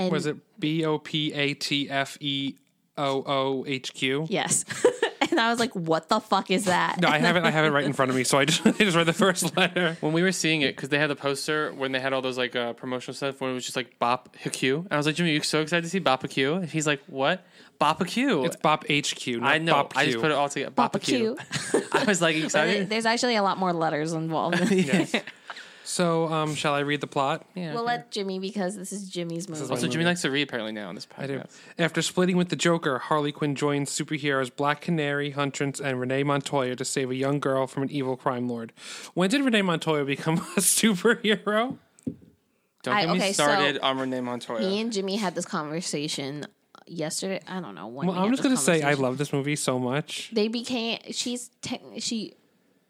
D: And
C: Was it B O P A T F E O O H Q?
D: Yes. and I was like, "What the fuck is that?"
C: No, I have it. I have it right in front of me. So I just I just read the first letter.
A: When we were seeing it, because they had the poster when they had all those like uh, promotional stuff, when it was just like Bop HQ. And I was like, Jimmy, you're so excited to see Bop HQ. And he's like, what? Bop HQ.
C: It's Bop HQ. Not
A: I know.
C: Bop
A: I just
C: Q.
A: put it all together. Bop
D: Bop a
A: HQ.
D: Q.
A: I was like
D: There-
A: excited.
D: There's actually a lot more letters involved.
C: So um, shall I read the plot? Yeah.
D: We'll let Jimmy because this is Jimmy's movie.
A: Also, Jimmy likes to read apparently now on this podcast.
C: I do. After splitting with the Joker, Harley Quinn joins superheroes Black Canary, Huntress, and Renee Montoya to save a young girl from an evil crime lord. When did Renee Montoya become a superhero?
A: Don't
D: I-
A: get me
D: okay, so-
A: started on Renee Montoya.
D: Me and Jimmy had this conversation yesterday. I don't know. When
C: Well,
D: we
C: I'm
D: had
C: just
D: this
C: gonna say I
D: conversation.
C: love this movie so much.
D: They became. She's tech she.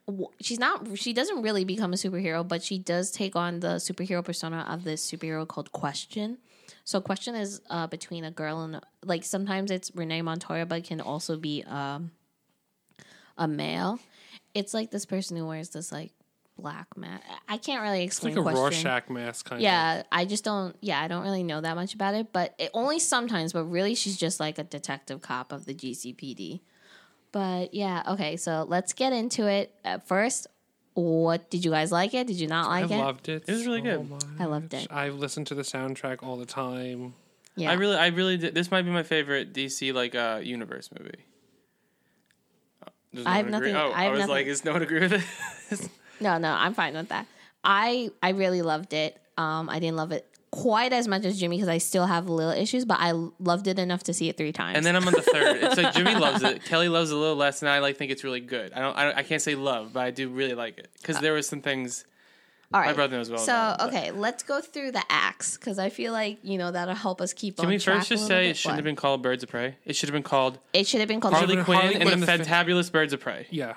D: w- She's not. She doesn't really become a superhero, but she does take on the superhero persona of this superhero called Question. So Question is uh, between a girl and like sometimes it's Renee Montoya, but it can also be um, a male. It's like this person who wears this like black mask. I can't really
C: It's like
D: explain.
C: a
D: Question.
C: Rorschach mask kind of.
D: Yeah, I just don't. Yeah, I don't really know that much about it, but it, only sometimes. But really, she's just like a detective cop of the GCPD. But yeah, okay. So let's get into it. At first, what did you guys like it? Did you not
C: I
D: like it?
C: loved it.
A: It was really
C: so
A: good.
C: much.
D: I loved it.
C: I listened to the soundtrack all the time.
D: yeah,
A: I really, I really did. This might be my favorite DC like uh, universe movie. Does
D: I have
A: one agree?
D: nothing-
A: Oh,
D: I have
A: was
D: nothing-
A: like, is no one agree with this?
D: No, no, I'm fine with that. I I really loved it. Um, I didn't love it quite as much as Jimmy because I still have little issues, but I loved it enough to see it three times.
A: and then I'm on the third. It's like Jimmy loves it. Kelly loves it a little less, and I like think it's really good. I don't, I, don't, I can't say love, but I do really like it
D: Uh,
A: because there was some things.
D: All right.
A: brother knows well
D: So
A: about it, but-
D: okay, let's go through the acts because I feel like you know that'll help us keep.
A: Can
D: on
A: we
D: track
A: first
D: a
A: just
D: little
A: say
D: bit.
A: it shouldn't
D: What?
A: have been called Birds of Prey? It should have been called
D: It should have been called
A: Harley
C: been
A: Quinn
C: Harley
A: and
C: Quinn
A: the
C: and the Fa-
A: Fantabulous Birds of Prey.
C: Yeah.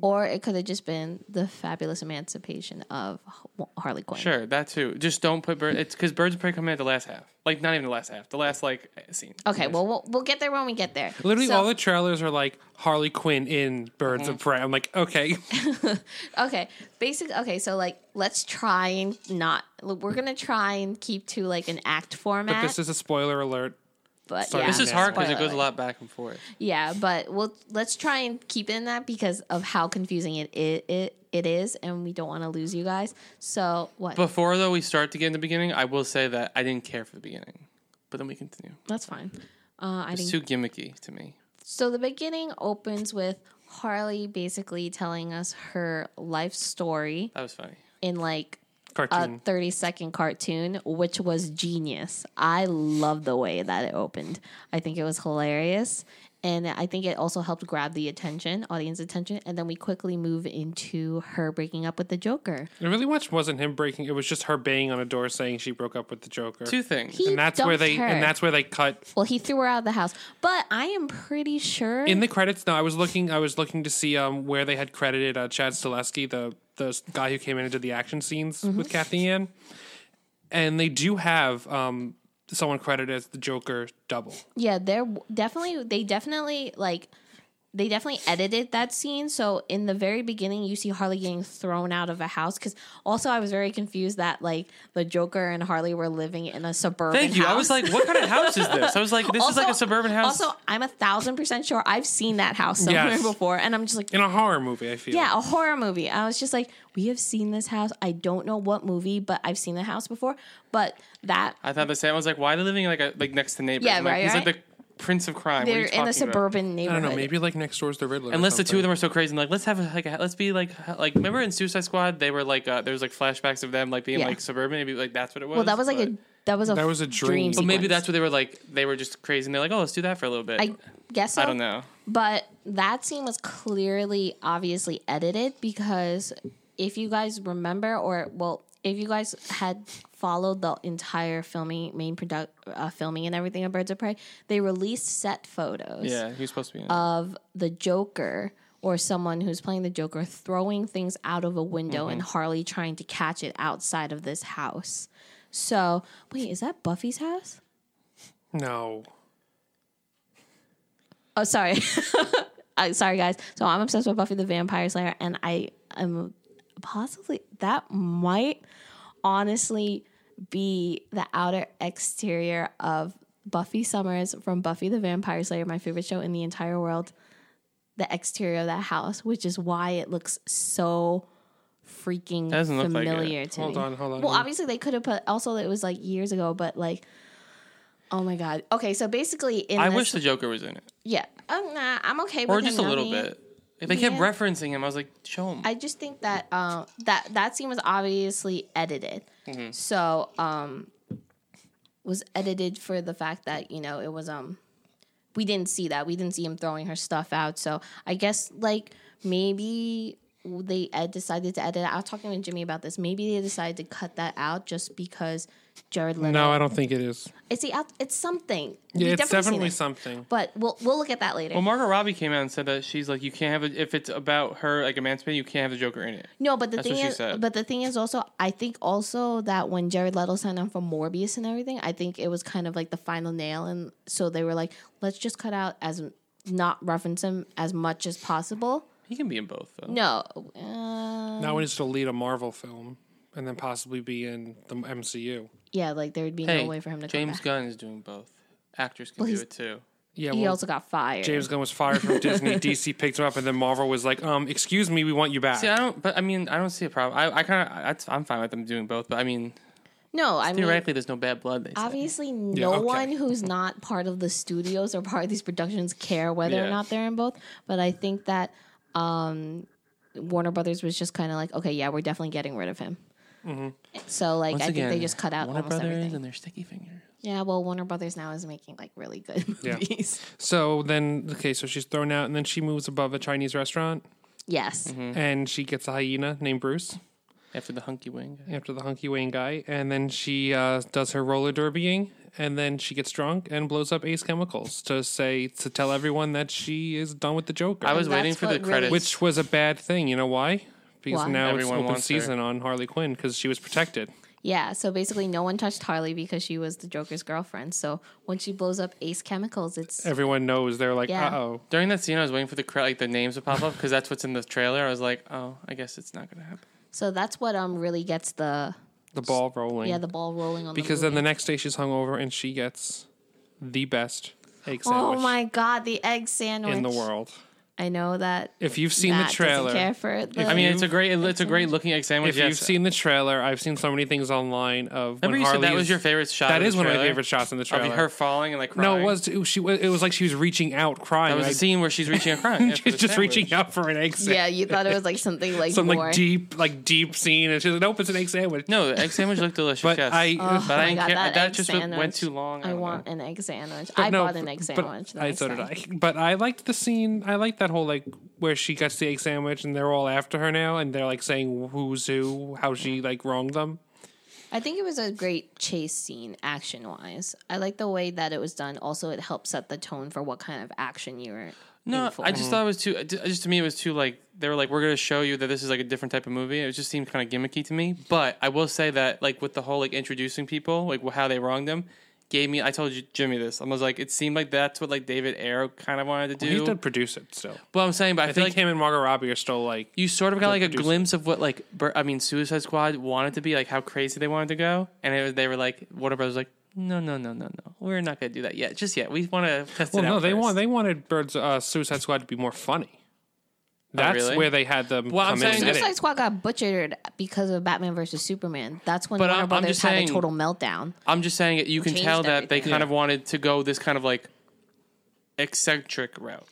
D: or it could have just been the fabulous emancipation of H- Harley Quinn.
A: Sure, that too. Just don't put bird. It's because birds of prey come in at the last half. Like not even the last half. The last like scene.
D: Okay, well, well, we'll get there when we get there.
C: Literally,
D: So-
C: all the trailers are like Harley Quinn in Birds of Prey. I'm like, okay,
D: Okay, basically, okay, so like, let's try and not. look, We're gonna try and keep to like an act format,
C: but this is a spoiler alert.
D: but
C: sorry,
D: yeah,
A: this is
C: Yeah.
A: hard because it
D: spoiler
A: goes a lot back and forth.
D: Yeah, but we'll let's try and keep it in that because of how confusing it it it, it is, and we don't want to lose you guys. So what?
A: Before though we start to get in the beginning, I will say that I didn't care for the beginning, but then we continue.
D: That's fine. Uh, I
A: It's
D: think
A: too gimmicky to me.
D: so. The beginning opens with Harley basically telling us her life story
A: That was funny.
D: in like a
C: Cartoon.
D: 30 second cartoon, which was genius. I love the way that it opened. I think it was hilarious. And I think it also helped grab the attention, audience attention. And then we quickly move into her breaking up with the Joker.
C: it really much wasn't him breaking. It was just her banging on a door saying she broke up with the Joker.
A: Two things.
D: He
C: and that's where
D: dumped
C: they
D: her.
C: and that's where they cut
D: well, he threw her out of the house. But I am pretty sure.
C: in the credits. No, I was looking. I was looking to see um where they had credited uh, Chad Stileski, the the guy who came in and did the action scenes with Kathy Ann, and they do have um someone credited as the Joker double.
D: yeah, they're definitely, they definitely like. They definitely edited that scene. So in the very beginning, you see Harley getting thrown out of a house. Because also, I was very confused that like the Joker and Harley were living in a suburban.
A: Thank you. I was
D: house.
A: like, what kind of house is this? I was like, this is like a suburban house.
D: Also, I'm a thousand percent sure I've seen that house somewhere
C: Yes.
D: before, and I'm just like,
C: in a horror movie. I feel
D: yeah, a horror movie. I was just like, we have seen this house. I don't know what movie, but I've seen the house before. But that
A: I thought the same. I was like, why are they living like a, like next to neighbors?
D: Yeah,
A: I'm like,
D: right,
A: He's like
D: right.
A: the prince of crime. What are
D: they're
A: you
D: in a
A: talking about?
D: suburban
C: I
D: neighborhood.
C: don't know. Maybe like next door's the Riddler. or
A: Unless the two
C: something.
A: of them are so crazy, and like let's have a, like a, let's be like like remember in Suicide Squad they were like uh, there was like flashbacks of them like being
D: Yeah.
A: like suburban. Maybe like that's what it was.
D: well, that was like
A: but-
D: a that was a
C: That was a dream.
D: dream.
C: Well,
A: But maybe
D: sequence.
A: that's what they were like. They were just crazy, and they're like, oh, let's do that for a little bit.
D: I guess so.
A: I don't know.
D: But that scene was clearly, obviously edited because if you guys remember, or well, if you guys had followed the entire filming, main product, uh, filming and everything of Birds of Prey, they released set photos
A: Yeah, he was supposed to be. In. it.
D: of the Joker or someone who's playing the Joker throwing things out of a window
A: Mm-hmm.
D: and Harley trying to catch it outside of this house. So, wait, is that Buffy's house?
C: no.
D: Oh, sorry. uh, sorry, guys. So I'm obsessed with Buffy the Vampire Slayer, and I am possibly that might honestly be the outer exterior of Buffy Summers from Buffy the Vampire Slayer, my favorite show in the entire world. The exterior of that house, which is why it looks so freaking
A: Doesn't look like it.
D: familiar to
C: Hold
D: me.
C: on, hold on.
D: Well, obviously they could have put. Also, it was like years ago, but like, oh my god. Okay, so basically, in
A: I
D: this-
A: wish the Joker was in it,
D: yeah. Um, nah, I'm okay
A: or
D: with him
A: just a
D: not
A: little
D: being-
A: bit. If they kept
D: Yeah.
A: referencing him, I was like, show him.
D: I just think that um that that scene was obviously edited.
A: Mm-hmm.
D: So, um was edited for the fact that, you know, it was um we didn't see that. We didn't see him throwing her stuff out. So, I guess like maybe they ed- decided to edit it. I was talking to Jimmy about this. Maybe they decided to cut that out just because Jared Leto.
C: No, I don't think it is.
D: It's the out- it's something.
C: Yeah,
D: We've
C: it's
D: seen
C: definitely
D: it.
C: something.
D: But we'll we'll look at that later.
A: well, Margot Robbie came out and said that she's like, you can't have a, if it's about her like emancipating, you can't have the Joker in it.
D: No, but the
A: That's what
D: thing
A: she
D: is,
A: said.
D: but the thing is also, I think also that when Jared Leto signed on for Morbius and everything, I think it was kind of like the final nail, and so they were like, let's just cut out as not reference him as much as possible.
A: He can be in both though.
D: No, uh,
C: Now
A: Um,
C: it's to lead a Marvel film and then possibly be in the MCU.
D: yeah, like there would be
A: hey,
D: no way for him to
A: James
D: come back.
A: Gunn is doing both. Actors can
D: Well,
A: do
D: he's-
A: it too.
C: Yeah,
D: He
C: well,
D: also got fired.
C: James Gunn was fired from Disney. DC picked him up, and then Marvel was like, "Um, excuse me, we want you back."
A: See, I don't, but I mean, I don't see a problem. I, I kind of, I'm fine with them doing both. But I mean,
D: no, I mean,
A: theoretically, there's no bad blood. They say.
D: obviously, no
C: okay.
D: one who's not part of the studios or part of these productions care whether
A: Yeah.
D: or not they're in both. But I think that um, Warner Brothers was just kind of like, okay, yeah, we're definitely getting rid of him.
C: Mm-hmm.
D: So like, I think they just cut out
A: Warner
D: almost
A: Brothers
D: everything.
A: and their sticky fingers.
D: yeah, well, Warner Brothers now is making like really good
C: Yeah.
D: movies.
C: So then, okay, so she's thrown out,
A: Mm-hmm.
C: and then she moves above a Chinese restaurant,
D: Yes,
C: and she gets a hyena named Bruce,
A: after the hunky wing.
C: after the hunky Wayne guy, and then she uh, does her roller derbying, and then she gets drunk and blows up Ace Chemicals to say to tell everyone that she is done with the Joker.
A: I was
D: That's
A: waiting for the
D: what really-
A: credits.
C: which was a bad thing. You know why? Because
D: Why?
C: now
A: Everyone
C: it's open
A: wants her.
C: season on Harley Quinn because she was protected.
D: Yeah, so basically no one touched Harley because she was the Joker's girlfriend. So when she blows up Ace Chemicals, it's
C: Everyone knows they're like,
D: Yeah.
C: uh oh.
A: during that scene, I was waiting for the cre- like the names to pop up because that's what's in the trailer. I was like, oh, I guess it's not gonna happen.
D: so that's what um really gets the
C: The ball rolling.
D: yeah the ball rolling on
C: because
D: the
C: then the next day she's hungover and she gets the best egg
D: oh
C: sandwich
D: my god the egg sandwich
C: in the world.
D: I know that
C: If you've seen
D: Matt
C: the
D: doesn't
C: trailer,
D: care for the,
A: I mean, it's a great it's a great looking egg sandwich.
C: if you've
A: yes. uh,
C: seen the trailer, I've seen so many things online of.
A: remember
C: when
A: you said that
C: Harley's-
A: was your favorite shot.
C: That
A: of
C: is
A: the
C: one of my
A: trailer?
C: favorite shots in the
A: Of
C: trailer.
A: her falling and like crying.
C: no, it was it, she was it was like she was reaching out crying.
A: That was
C: like,
A: the scene where she's reaching a crying. after
C: she's
A: the
C: just
A: sandwich.
C: reaching out for an egg sandwich.
D: yeah you thought it was like something like
C: Some
D: more.
C: like deep like deep scene, and she's like, "Nope, it's an egg sandwich."
A: No, the egg sandwich looked delicious.
C: But
A: yes.
C: I- Oh
A: but I didn't
D: God,
A: care.
D: that
A: That,
D: egg
A: just went- went
D: sandwich.
A: too long.
D: I
A: don't
D: want an egg sandwich.
C: But
D: I
C: no,
D: bought an egg
C: but
D: sandwich. the
C: I
D: next
C: so did
D: day.
C: I. But I liked the scene. I liked that whole like where she gets the egg sandwich, and they're all after her now, and they're like saying who's who, how she like wronged them.
D: I think it was a great chase scene, action wise. I like the way that it was done. Also, it helped set the tone for what kind of action you were.
A: No,
D: in for.
A: I just thought it was too. I ju- Just to me, it was too like they were like, "We're gonna show you that this is like a different type of movie." It just seemed kind of gimmicky to me. But I will say that, like with the whole like introducing people, like wh- how they wronged them, gave me. I told you, Jimmy this. I was like, it seemed like that's what like David Arrow kind of wanted to
C: He
A: do.
C: did produce it still.
A: but I'm saying, but I,
C: I
A: feel
C: think
A: like
C: him and Margot Robbie are still like
A: you sort of got like a
C: producer.
A: glimpse of what like Bur- I mean, Suicide Squad wanted to be like how crazy they wanted to go, and it was, they were like, Warner Brothers was like, "No, no, no, no, no, we're not gonna do that yet. Just yet. We want to test
C: Well,
A: it out."
C: no, they
A: first."
C: want they wanted Birds uh, Suicide Squad to be more funny. That's
A: really?
C: where they had them
A: Well, I'm
C: come in
A: saying
C: and
A: this
C: edit.
D: Suicide Squad got butchered because of Batman versus Superman. That's when
A: But
D: Warner
A: I'm- I'm
D: Brothers
A: just
D: had
A: saying-
D: a total meltdown.
A: I'm just saying it. You can
D: Changed
A: tell that they
D: everything.
A: kind of wanted to go this kind of like eccentric route.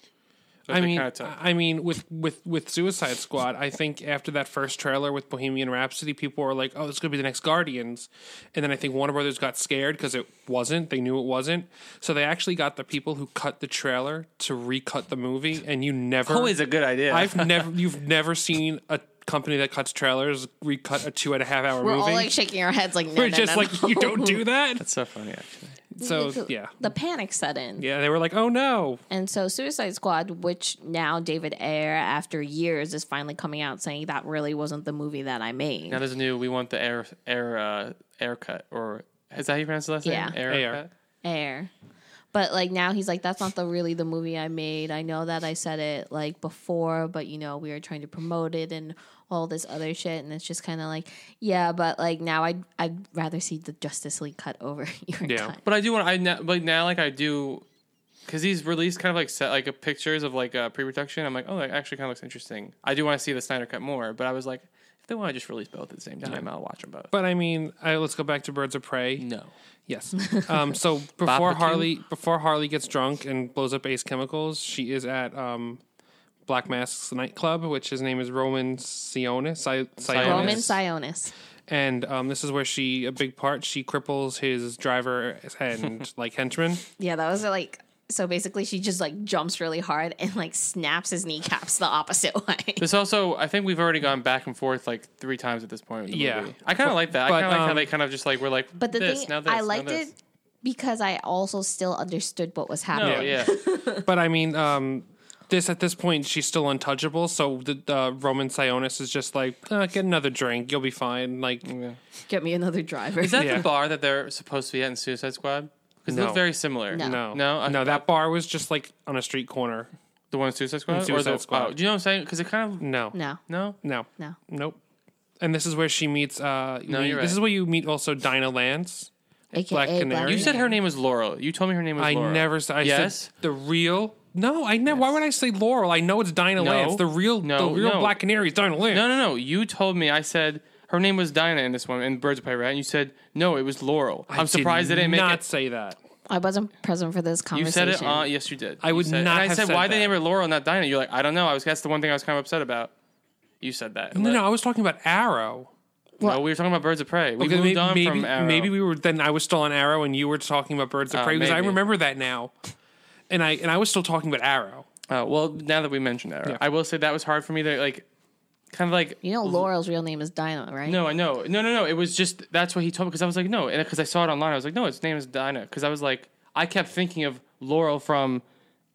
A: that
C: I
A: they
C: mean,
A: kinda took.
C: I mean, with with with Suicide Squad, I think after that first trailer with Bohemian Rhapsody, people were like, "Oh, it's gonna be the next Guardians," and then I think Warner Brothers got scared because it wasn't. They knew it wasn't, so they actually got the people who cut the trailer to recut the movie, and you never
A: always a good idea.
C: I've never you've never seen a company that cuts trailers recut a two and a half hour
D: We're
C: movie.
D: all like shaking our heads, like no,
C: we're
D: no,
C: just
D: no,
C: like,
D: no.
C: you don't do that.
A: That's so funny, actually.
C: So
D: The-
C: yeah,
D: the panic set in,
C: yeah, they were like, "Oh no!"
D: and so Suicide Squad, which now David Ayer, after years, is finally coming out saying that really wasn't the movie that I made.
A: Now there's a new. We want the air air uh, air cut, or is that how you pronounce the last
D: Yeah.
A: name? Air,
C: Air.
A: cut?
D: air. But like now he's like, that's not the really the movie I made. I know that I said it like before, but you know, we were trying to promote it and all this other shit and it's just kinda like, yeah, but like now I'd I'd rather see the Justice League cut over your
C: Yeah.
D: cut.
A: But I do want. I now, but now like I do. Because he's released kind of like set like a pictures of like uh, pre-production. I'm like, oh, that actually kind of looks interesting. I do want to see the Snyder cut more, but I was like, if they want to just release both at the same time, I'll watch them both.
C: But I mean, I, let's go back to Birds of Prey.
A: no,
C: Yes. Um, so before Harley, before Harley gets drunk and blows up Ace Chemicals, she is at um, Black Mask's nightclub, which his name is Roman Sionis. Si- Sionis.
D: Roman
A: Yes.
D: Sionis.
C: and um, this is where she a big part. She cripples his driver and like henchman.
D: Yeah, that was like so basically she just like jumps really hard and like snaps his kneecaps the opposite way.
A: This also, I think we've already gone back and forth like three times at this point. In the
C: Yeah.
A: movie. I kind of like that.
C: But,
A: I kind of like how
C: um,
A: they kind of just like were like,
D: But the
A: this,
D: thing
A: now this,
D: I
A: now
D: liked
A: this.
D: it because I also still understood what was
A: No,
D: happening.
A: yeah,
C: But I mean, um, this at this point she's still untouchable. So the, the Roman Sionis is just like, uh, get another drink, you'll be fine. Like,
D: Get me another driver.
A: Is that
C: Yeah.
A: the bar that they're supposed to be at in Suicide Squad? Because
C: No.
A: it looked very similar.
D: No.
C: no,
A: no, I-
C: no. That bar was just like on a street corner.
A: the one in Suicide Squad. Or
C: Suicide
A: the-
C: Squad.
A: oh, do you know what I'm saying? Because it kind of
C: No,
D: no.
A: no.
C: no,
D: No.
C: nope. And this is where she meets. Uh,
A: No,
C: we-
A: you're
C: This
A: right.
C: is where you meet also Dinah Lance.
D: AKA
C: Black
D: Black
C: Canary.
A: You said her
D: Canary.
A: name was Laurel. You told me her name was.
C: I
A: Laurel.
C: never said. I
A: yes.
C: said the real. No, I never. Why would I say Laurel? I know it's Dinah
A: No.
C: Lance. The real.
A: No,
C: the real
A: no.
C: Black Canary is Dinah Lance.
A: no, no, no. You told me. I said her name was Dinah in this one in Birds of Prey, right? And you said no, it was Laurel.
C: I
A: am surprised they
C: did
A: didn't make
C: not
A: it.
C: say that.
D: I wasn't present for this
A: You
D: conversation.
A: said it. Uh, yes, you did.
C: I
A: You
C: would
A: said, And
C: not
A: I
C: have
A: said,
C: said
A: why
C: that.
A: they named her Laurel, not Dinah. You're like, I don't know. I was. That's the one thing I was kind of upset about. You said that.
C: No,
A: Like,
C: no, I was talking about Arrow.
A: no, we were talking about Birds of Prey. We
C: Okay,
A: moved
C: maybe,
A: on
C: maybe,
A: from Arrow.
C: maybe we were then. I was still on Arrow, and you were talking about Birds of
A: Oh,
C: Prey because I
A: maybe.
C: remember that now. And I and I was still talking about Arrow.
A: Uh, well, now that we mentioned Arrow, I will say that was hard for me to like kind of like
D: You know, Laurel's real name is Dino, right?
A: No, I know. No, no, no. It was just that's what he told me because I was like, no, and because I saw it online, I was like, no, its name is Dinah. Because I was like, I kept thinking of Laurel from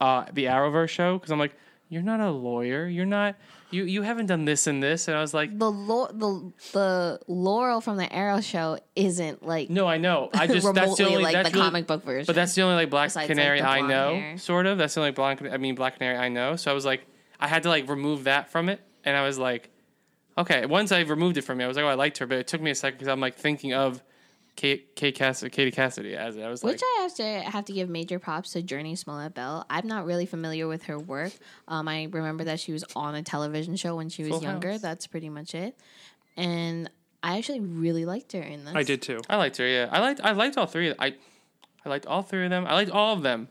A: uh, the Arrowverse show because I'm like, you're not a lawyer, you're not, you you haven't done this and this, and I was like,
D: The, Lau- the the Laurel from the Arrow show isn't like
A: no, I know, I just that's
D: remotely
A: the only
D: like
A: that's
D: the
A: really-
D: comic book version.
A: But that's the only like black
D: Besides, like,
A: canary
D: the
A: I
D: blonde
A: know,
D: hair.
A: sort of. That's the only black. I mean, black canary I know. So I was like, I had to like remove that from it, and I was like, okay. Once I removed it from me, I was like, oh, I liked her, but it took me a second because I'm like thinking of Kate, Kate Cassidy, Katie Cassidy as it. I was like,
D: Which I have to have to give major props to Journey Smollett Bell. I'm not really familiar with her work. Um, I remember that she was on a television show when she was
A: Full
D: younger.
A: House.
D: That's pretty much it. And I actually really liked her in this.
C: I did too.
A: I, liked her. Yeah, I liked. I liked all three. Of, I, I liked all three of them. I liked all of them,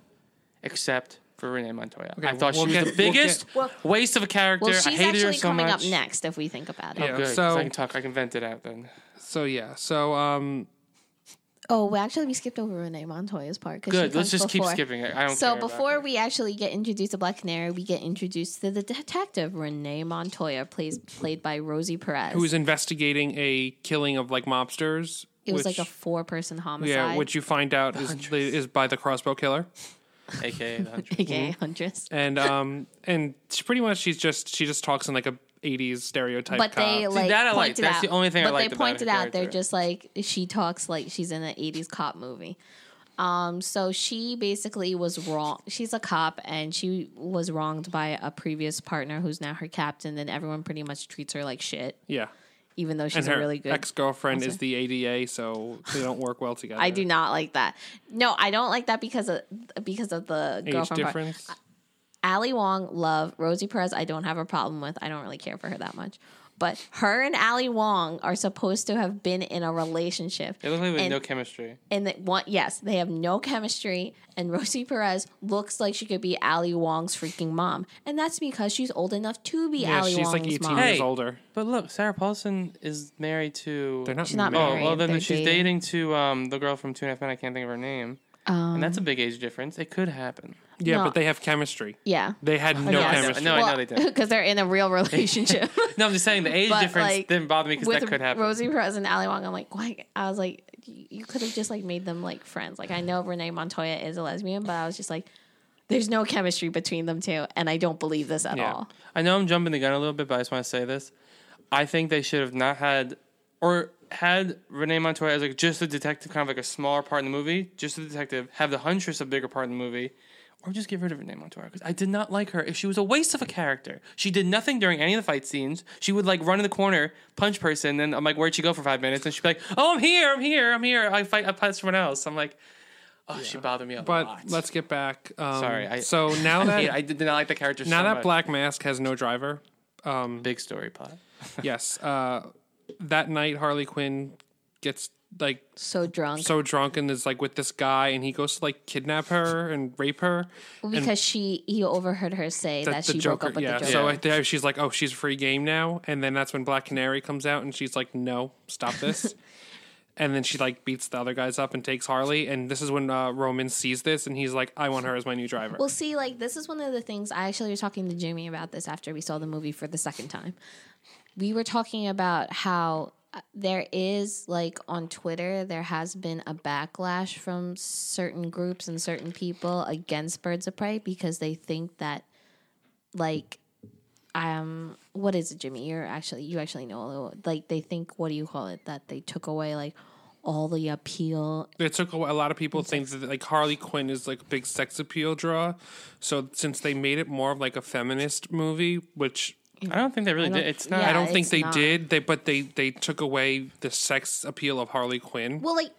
A: except. For Renee Montoya, I thought
C: we'll
A: she was
C: get-
A: the
C: we'll get-
A: biggest waste of a character.
D: Well,
A: I
D: she's
A: hated her
D: actually
A: so
D: coming
A: much.
D: up next if we think about it.
A: Oh,
C: Yeah,
A: good. 'cause
C: so-
A: I can talk. I can vent it out then.
C: So yeah. So um,
D: Oh, well, actually, we skipped over Renee Montoya's part. 'cause she
A: Good. Let's
D: comes
A: just
D: before.
A: keep skipping it. I don't.
D: So
A: care about
D: before
A: it.
D: we actually get introduced to Black Canary, we get introduced to the detective Renee Montoya, plays played by Rosie Perez.
C: who was investigating a killing of like mobsters?
D: it was
C: which-
D: like a four-person homicide.
C: yeah, which you find out is, is by the crossbow killer.
A: AKA the hundred.
D: aka Huntress.
C: and um and she pretty much she's just she just talks in like a 80s stereotype
D: But they
C: cop.
D: like
A: that I
D: pointed
A: liked.
D: out.
A: That's the only thing I
D: but
A: liked
D: they
A: about her
D: pointed out they're
A: character.
D: just like she talks like she's in an '80s cop movie. Um, so she basically was wrong. She's a cop, and she was wronged by a previous partner who's now her captain. And everyone pretty much treats her like shit,
C: yeah
D: even though she's
C: and
D: a
C: her
D: really good
C: ex-girlfriend is the ada so they don't work well together
D: I do not like that. No, I don't like that because of because of the
C: age
D: girlfriend part.
C: difference
D: Ali Wong, love Rosie Perez. I don't have a problem with. I don't really care for her that much. But her and Ali Wong are supposed to have been in a relationship.
A: It looked like there was
D: And-
A: no chemistry.
D: And that one, yes, they have no chemistry. And Rosie Perez looks like she could be Ali Wong's freaking mom, and that's because she's old enough to be
C: yeah
D: Ali
C: she's
D: Wong's
C: like E 18
D: mom.
C: years
A: Hey.
C: older
A: But look, Sarah Paulson is married to.
C: they're not,
D: She's not
A: Oh,
C: married.
D: married.
A: well, then
D: They're
A: she's dating
D: dating.
A: to um, the girl from Two and a Half Men. I can't think of her name. and
D: Um.
A: that's a big age difference. It could happen.
C: yeah
D: No.
C: but they have chemistry
D: Yeah.
C: they had no
A: I know,
C: chemistry
A: no, I know they did.
D: because they're in a real relationship.
A: No, I'm just saying the age
D: But,
A: difference
D: like,
A: didn't bother me because that could happen.
D: Rosie Perez and Ali Wong, I'm like, why? I was like, you you could have just like made them like friends. Like I know Renee Montoya is a lesbian, but I was just like, there's no chemistry between them two, and I don't believe this at
C: Yeah.
D: all.
A: I know I'm jumping the gun a little bit, but I just want to say this. I think they should have not had or had Renee Montoya as like just a detective, kind of like a smaller part in the movie, just a detective, have the huntress a bigger part in the movie, or just get rid of Renee Montoya because I did not like her. If she was a waste of a character, she did nothing during any of the fight scenes. She would like run in the corner, punch person, then I'm like, where'd she go for five minutes? And she'd be like, oh, I'm here, I'm here, I'm here. I fight, I fight someone else. I'm like, oh, she bothered me a
C: but
A: lot.
C: let's get back um,
A: Sorry, I-
C: so now that
A: I did not like the character.
C: now
A: so
C: that
A: much.
C: black mask has no driver
A: big story plot.
C: yes uh that night harley quinn gets like
D: So drunk
C: so drunk and is like with this guy and he goes to like kidnap her and rape her
D: because she he overheard her say that she broke up with
C: yeah
D: the Joker.
C: so like, there she's like oh she's free game now and then that's when black canary comes out and she's like no stop this and then she like beats the other guys up and takes harley and this is when uh, roman sees this and he's like i want her as my new driver
D: Well, see, like this is one of the things I actually was talking to Jimmy about this after we saw the movie for the second time. We were talking about how uh, there is like on Twitter there has been a backlash from certain groups and certain people against Birds of Prey because they think that like um what is it Jimmy you're actually you actually know a little- like they think what do you call it that they took away like all the appeal
C: it took a, wh- a lot of people think that like harley quinn is like a big sex appeal draw so since they made it more of like a feminist movie which
A: I don't think they really
D: don't-
A: did. It's not.
D: yeah.
A: I
C: I
A: don't.
C: don't think
D: it's
C: they
D: not.
C: did. They but they they took away the sex appeal of Harley Quinn.
D: Well, like,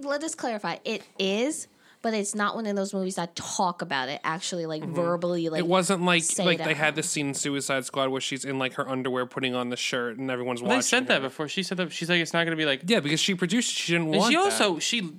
D: let us clarify. It is, but it's not one of those movies that talk about it actually, like verbally. Like
C: Mm-hmm. it wasn't like
D: say
C: like
D: it
C: they
D: out
C: had this scene in Suicide Squad where she's in like her underwear putting on the shirt and everyone's watching.
A: They said
C: her.
A: that before. She said that she's like, it's not going to be like.
C: Yeah, because she produced. it. She didn't
A: And
C: want.
A: she
C: that.
A: also she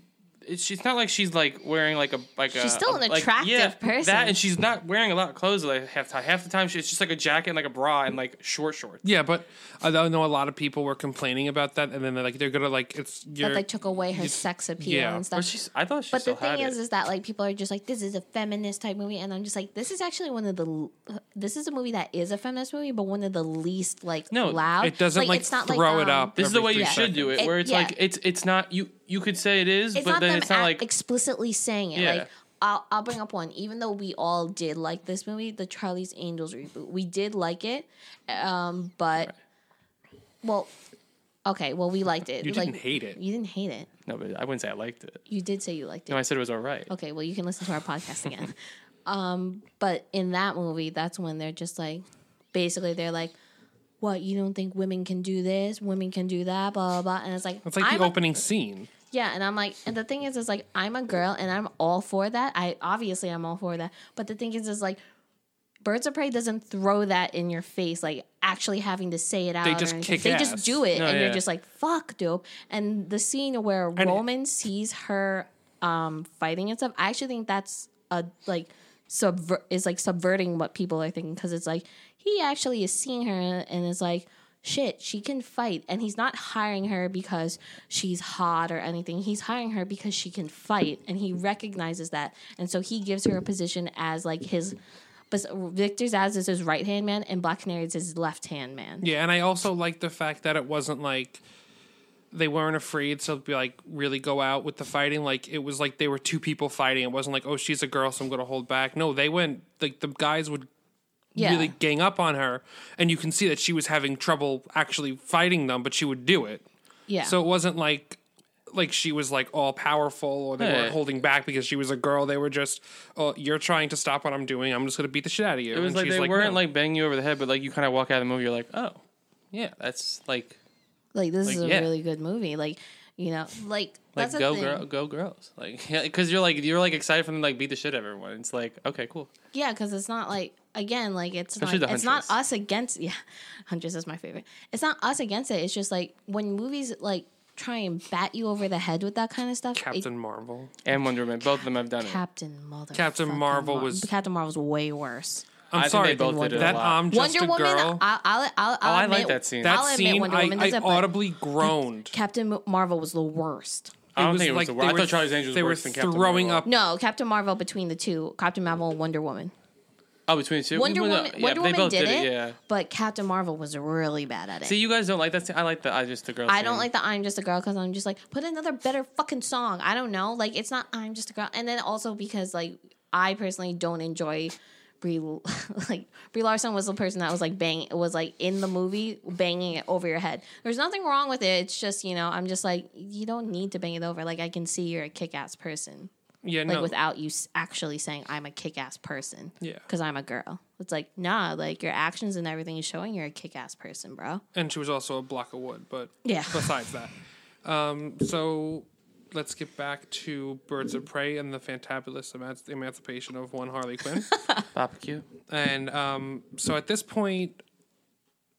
A: it's she's not like she's like wearing like a like a
D: She's still an
A: a- like,
D: attractive
A: yeah,
D: person.
A: That and she's not wearing a lot of clothes like half the half the time she, it's just like a jacket and like a bra and like short shorts.
C: Yeah, but I don't know a lot of people were complaining about that, and then they're like they're gonna like it's
D: That
C: you're,
D: like took away her sex appeal
C: yeah.
D: and
A: Or
D: stuff.
A: she's I thought she
D: But
A: still
D: the thing
A: had
D: is,
A: it.
D: is that like people are just like, this is a feminist type movie, and I'm just like, this is actually one of the, l- this is a movie that is a feminist movie, but one of the least like
A: No,
D: loud.
C: it doesn't like,
D: it's not
C: throw it
D: um,
C: up.
A: this is the way
C: every
A: you
C: three
A: should do it,
C: seconds.
A: where it's
D: Yeah.
A: like it's it's not you you could say it is,
D: It's
A: but
D: not
A: then
D: them
A: it's not
D: ac-
A: like
D: explicitly saying it.
A: Yeah.
D: Like I'll I'll bring up one. Even though we all did like this movie, the Charlie's Angels reboot, we did like it, um, but well, okay, well we liked it.
C: You
D: like,
C: didn't hate it.
D: You didn't hate it.
A: no, but I wouldn't say I liked it.
D: You did say you liked it.
A: No, I said it was all right.
D: Okay, well, you can listen to our podcast again. um, but in that movie, that's when they're just like, basically, they're like, "What? You don't think women can do this? Women can do that? Blah blah." blah. And it's like,
C: It's like
D: I'm
C: the
D: a-
C: opening scene.
D: yeah, and I'm like, and the thing is, is like, I'm a girl, and I'm all for that. I obviously I'm all for that. But the thing is, is like. Birds of Prey doesn't throw that in your face, like actually having to say it out. or
C: just
D: anything.
C: kick
D: They
C: ass.
D: just do it,
A: No,
D: and
A: yeah.
D: you're just like, "Fuck, dope." And the scene where Roman sees her um, fighting and stuff, I actually think that's a like subver- is like subverting what people are thinking because it's like he actually is seeing her and is like, "Shit, she can fight," and he's not hiring her because she's hot or anything. He's hiring her because she can fight, and he recognizes that, and so he gives her a position as like his. But Victor Zaz is his right hand man, and Black Canary is his left hand man.
C: Yeah, and I also like the fact that it wasn't like they weren't afraid to be like really go out with the fighting. Like it was like they were two people fighting. It wasn't like oh she's a girl so I'm gonna hold back. No, they went like the guys would
D: Yeah.
C: really gang up on her, and you can see that she was having trouble actually fighting them, but she would do it.
D: yeah.
C: So it wasn't like like she was like all powerful or they
A: Yeah.
C: weren't holding back because she was a girl. They were just, oh, you're trying to stop what I'm doing. I'm just gonna beat the shit out of you.
A: It was
C: and
A: like
C: she's
A: they weren't
C: "No."
A: like banging you over the head, but like you kind of walk out of the movie, you're like, oh, yeah, that's like
D: like this
A: Like,
D: is a
A: yeah.
D: really good movie. Like you know, like
A: like
D: that's the
A: go
D: thing.
A: girl, go girls, like because you're like you're like excited for them to like beat the shit out of everyone. It's like okay, cool.
D: Yeah, because it's not like again, like it's
A: Especially
D: not
A: the
D: it's not
A: Huntress.
D: us against yeah, Huntress is my favorite. It's not us against it. It's just like when movies like try and bat you over the head with that kind of stuff. it-
C: Captain Marvel.
A: And Wonder Woman, both of them have done it.
D: Captain Mother.
C: Captain Marvel was-
D: Captain Marvel's way worse.
C: I'm
A: I think
C: sorry,
A: they both did it a
C: that
A: lot.
C: I'm just
D: Wonder
C: a
D: Woman.
C: girl.
D: I'll, I'll, I'll, I'll
A: I
D: admit,
A: like that scene.
C: that
D: I'll admit
C: scene,
D: Wonder Woman
C: I,
D: does
C: I
D: it, but
C: audibly groaned.
D: Captain Marvel was the worst.
A: I don't think it was.
C: like
A: the
C: they
A: wor- I
C: were-
A: thought Charlie's Angels
C: They were
A: worse than Captain
C: throwing
A: Marvel.
C: up.
D: No, Captain Marvel between the two, Captain Marvel and Wonder Woman.
A: Oh, between the two,
D: Wonder
A: Well, no,
D: Woman,
A: yeah,
D: Wonder
A: they
D: Woman
A: both
D: did, it,
A: Yeah.
D: but Captain Marvel was really bad at it.
A: See, you guys don't like that. Scene. I like the I just the girl.
D: I
A: scene.
D: don't like the I'm just a girl because I'm just like put another better fucking song. I don't know, like it's not I'm just a girl, and then also because like I personally don't enjoy Brie like Brie Larson was the person that was like bang was like in the movie banging it over your head. There's nothing wrong with it. It's just you know I'm just like you don't need to bang it over. Like I can see you're a kick ass person
C: Yeah,
D: like
C: no.
D: without you s- actually saying I'm a kick-ass person.
C: Yeah.
D: because I'm a girl. It's like nah, like your actions and everything is showing you're a kick-ass person, bro.
C: and she was also a block of wood. But
D: Yeah.
C: besides that, um, so let's get back to Birds of Prey and the fantabulous emanci- emancipation of one Harley Quinn.
A: barbecue.
C: And um, so at this point,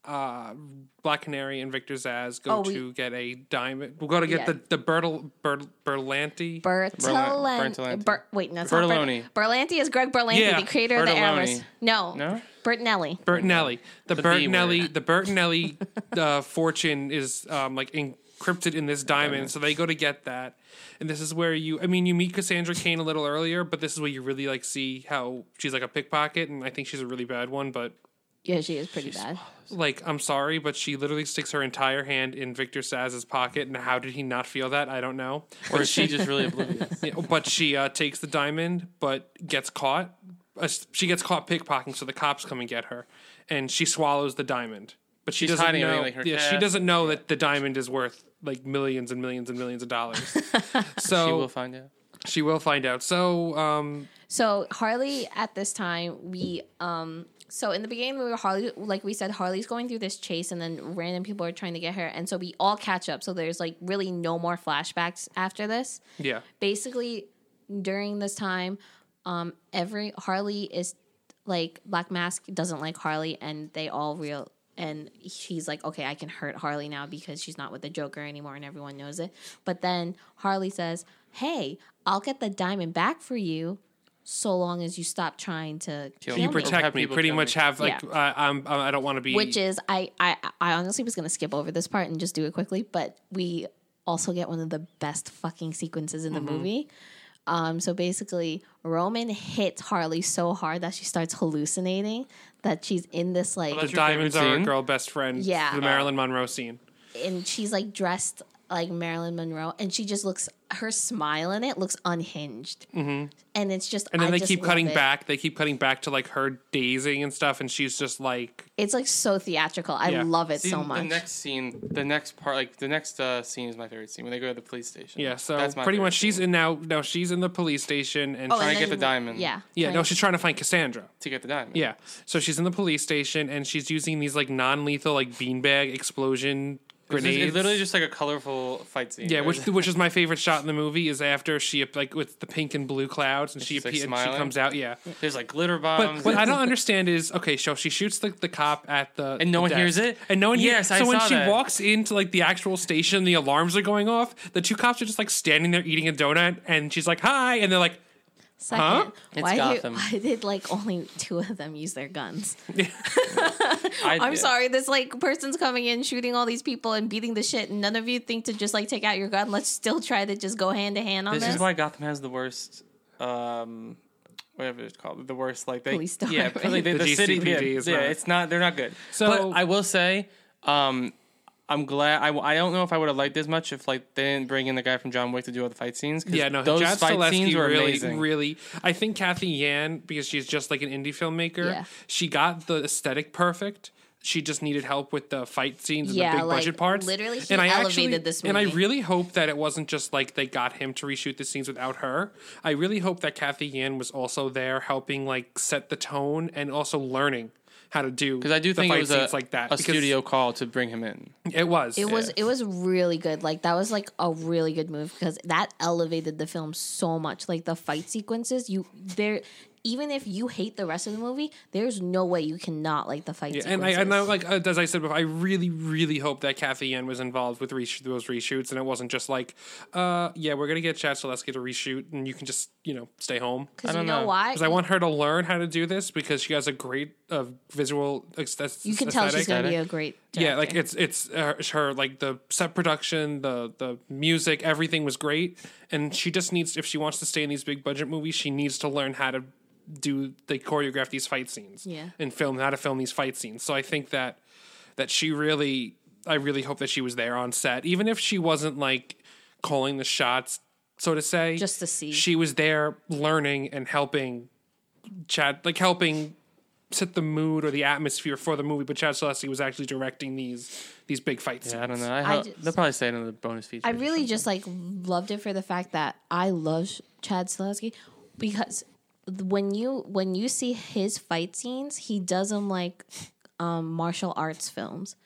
C: uh, Black Canary and Victor Zaz go
D: Oh, we-
C: to get a diamond. We'll go to get
D: Yeah.
C: the the Bertel, Ber, Berlanti.
A: Berlan- Bertalanti.
D: Bertalanti. Ber- wait, no, it's not
A: Bertoloni.
D: Ber- Berlanti is Greg Berlanti,
C: Yeah,
D: the creator of the
A: Bertoloni.
D: Arrows. No,
A: No?
D: Bertinelli.
C: Bertinelli. The,
A: The B
C: Bertinelli.
A: word.
C: The Bertinelli uh, fortune is um, like encrypted in this diamond, so they go to get that. And this is where you, I mean, you meet Cassandra Kane a little earlier, but this is where you really like see how she's like a pickpocket, and I think she's a really bad one. But
D: Yeah, she is pretty bad.
C: like, I'm sorry, but she literally sticks her entire hand in Victor Saz's pocket, and how did he not feel that? I don't know.
A: Or is she just really oblivious?
C: Yeah, but she uh, takes the diamond, but gets caught. Uh, s- she gets caught pickpocketing, so the cops come and get her, and she swallows the diamond. But she
A: She's
C: doesn't
A: hiding it,
C: know.
A: like her
C: yeah, she
A: cash.
C: doesn't know that the diamond is worth like millions and millions and millions of dollars. so
D: Oh.
A: She will find out.
C: find out. So um,
D: So Harley, at this time, we um. So in the beginning, we were Harley, like we said, Harley's going through this chase, and then random people are trying to get her, and so we all catch up. So there's like really no more flashbacks after this.
C: yeah,
D: basically during this time um every harley is like black mask doesn't like harley and they all real and she's like, okay, I can hurt Harley now because she's not with the Joker anymore and everyone knows it. But then Harley says, hey, I'll get the diamond back for you so long as you stop trying to
A: Kill
D: kill,
A: me.
D: me.
C: You protect
A: Have
C: me.
A: people
C: Pretty
A: kill
C: much
A: me.
C: have like
D: Yeah.
C: uh, I'm, I'm. I don't want to be.
D: Which is, I, I, I honestly was going to skip over this part and just do it quickly, but we also get one of the best fucking sequences in the movie. Um, so basically, Roman hits Harley so hard that she starts hallucinating that she's in this like,
C: the
A: that's your
C: diamonds
A: favorite
C: are a
A: scene?
C: girl best friend.
D: Yeah.
C: the Marilyn Monroe scene.
D: and she's like dressed like Marilyn Monroe, and she just looks her smile in it looks unhinged, mm-hmm. and it's just
C: And then
D: I
C: they
D: just
C: keep
D: love
C: cutting
D: it.
C: back. They keep cutting back to like her dazing and stuff, and she's just like
D: It's like so theatrical. I
C: Yeah.
D: love it
A: See,
D: so
A: The
D: much.
A: next scene, the next part, like the next uh, scene is my favorite scene when they go to the police station.
C: Yeah, so
A: That's my
C: pretty
A: favorite
C: much she's
A: scene,
C: in now. Now she's in the police station and
D: Oh, and
C: trying to
A: get
D: then-
A: the diamond.
D: Yeah,
C: yeah. No,
D: Trying-
C: she's trying to find Cassandra.
A: to get the diamond.
C: Yeah, so she's in the police station and she's using these like non-lethal like beanbag explosion
A: It's,
C: grenades.
A: just- it's literally just like a colorful fight scene.
C: yeah, which which is my favorite shot in the movie is after she like with the pink and blue clouds and she
A: she's, like,
C: appears she
A: smiling.
C: comes out. Yeah,
A: there's like glitter
C: but
A: bombs.
C: what I don't understand is okay, so she shoots the, the cop at the
A: And no
C: the
A: one hears
C: desk.
A: it?
C: and no one hears.
A: Yes,
C: So
A: I
C: when
A: saw
C: she
A: that.
C: walks into like the actual station, the alarms are going off. The two cops are just like standing there eating a donut, and she's like, "Hi," and they're like.
D: Second,
C: Huh?
A: It's
D: why,
A: Gotham.
D: Did, why did like only two of them use their guns?
A: I,
D: I'm sorry, this like person's coming in, shooting all these people and beating the shit, and none of you think to just like take out your gun. Let's still try to just go hand to hand on
A: This
D: this.
A: is why Gotham has the worst. Um, Whatever it's called, the worst like they,
D: Police story,
A: yeah,
D: right?
A: really, they,
C: The
A: the, city, yeah,
C: GCPD is
A: yeah,
C: not-
A: it's not, they're not good.
C: So-
A: but I will say, um, I'm glad. I, I don't know if I would have liked this much if like they didn't bring in the guy from John Wick to do all the fight scenes. 'cause
C: Yeah, no,
A: those
C: Jad
A: fight
C: Stileski
A: scenes were
C: really,
A: amazing.
C: really. I think Kathy Yan, because she's just like an indie filmmaker,
D: Yeah.
C: she got the aesthetic perfect. She just needed help with the fight scenes and
D: Yeah,
C: the big
D: like,
C: budget parts.
D: literally, he
C: and I
D: elevated
C: actually,
D: this
C: And I
D: movie.
C: really hope that it wasn't just like they got him to reshoot the scenes without her. I really hope that Kathy Yan was also there helping like set the tone and also learning how to do
A: Because I do
C: the
A: think
C: fight
A: it was a,
C: scenes like that
A: a
C: because
A: studio call to bring him in.
C: It was.
D: It was it was really good. Like that was like a really good move because that elevated the film so much. Like the fight sequences, you there even if you hate the rest of the movie, there's no way you cannot like the fight
C: Yeah, and I,
D: sequences.
C: and I like uh, as I said before, I really, really hope that Kathy Yen was involved with resh- those reshoots, and it wasn't just like, uh, yeah, we're gonna get Chad Stileski to reshoot, and you can just you know stay home.
D: because
A: don't
D: you know,
A: know.
D: why?
C: Because I want her to learn how to do this because she has a great uh, visual. Ex-
D: you can tell she's
C: aesthetic.
D: gonna be a great
C: Yeah, like
D: director.
C: it's it's her, her like the set production, the the music, everything was great, and she just needs if she wants to stay in these big budget movies, she needs to learn how to do they choreograph these fight scenes,
D: Yeah.
C: and film how to film these fight scenes. So I think that that she really, I really hope that she was there on set, even if she wasn't like calling the shots, so to say,
D: Just to see.
C: she was there learning and helping Chad, like helping set the mood or the atmosphere for the movie, but Chad Celeste was actually directing these these big fight scenes.
A: Yeah, I don't know. I
D: I
A: ho-
D: just-
A: they'll probably say it in the bonus feature.
D: I really just like loved it for the fact that I love Sh- Chad Stahelski because th- when you when you see his fight scenes, he does them like um, martial arts films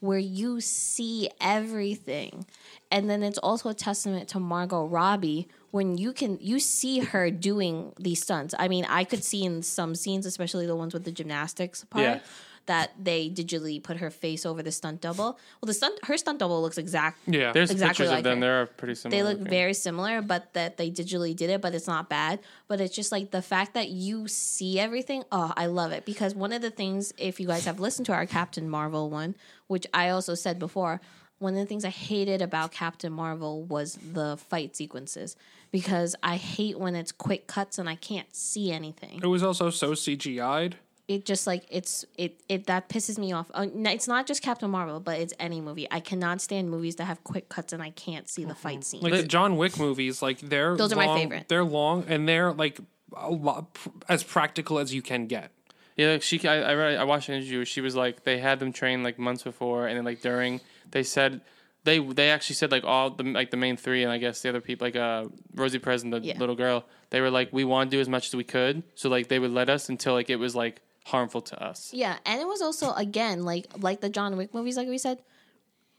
D: where you see everything, and then it's also a testament to Margot Robbie when you can you see her doing these stunts. I mean, I could see in some scenes, especially the ones with the gymnastics part
A: Yeah.
D: that they digitally put her face over the stunt double. Well, the stunt her stunt double looks exact.
C: Yeah,
A: There's
D: exactly
A: pictures
D: like
A: of them.
D: her.
A: They're pretty similar.
D: They look
A: looking.
D: very similar, but that they digitally did it, but it's not bad. But it's just like the fact that you see everything. Oh, I love it because one of the things, if you guys have listened to our Captain Marvel one, which I also said before, one of the things I hated about Captain Marvel was the fight sequences because I hate when it's quick cuts and I can't see anything
C: it was also so CGI'd.
D: it just like it's it it that pisses me off. Uh, n- It's not just Captain Marvel, but it's any movie. I cannot stand movies that have quick cuts and I can't see the fight scene.
C: Like the John Wick movies, like they're
D: Those are my
C: long,
D: favorite.
C: They're long and they're like a lot, as practical as you can get.
A: Yeah, like she. I I, read, I watched an interview. She was like, they had them train like months before, and then like during, they said they they actually said like all the like the main three, and I guess the other people like uh Rosie Perez and the
D: Yeah.
A: little girl. They were like, we want to do as much as we could, so like they would let us until like it was like harmful to us.
D: yeah, and it was also again like like the John Wick movies, like we said,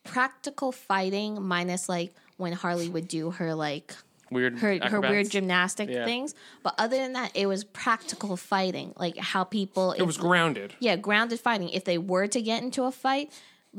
D: practical fighting minus like when Harley would do her like
A: weird
D: her her weird
A: acrobats.
D: gymnastic
A: Yeah.
D: things. But other than that, it was practical fighting, like how people
C: It was grounded.
D: yeah grounded fighting. If they were to get into a fight,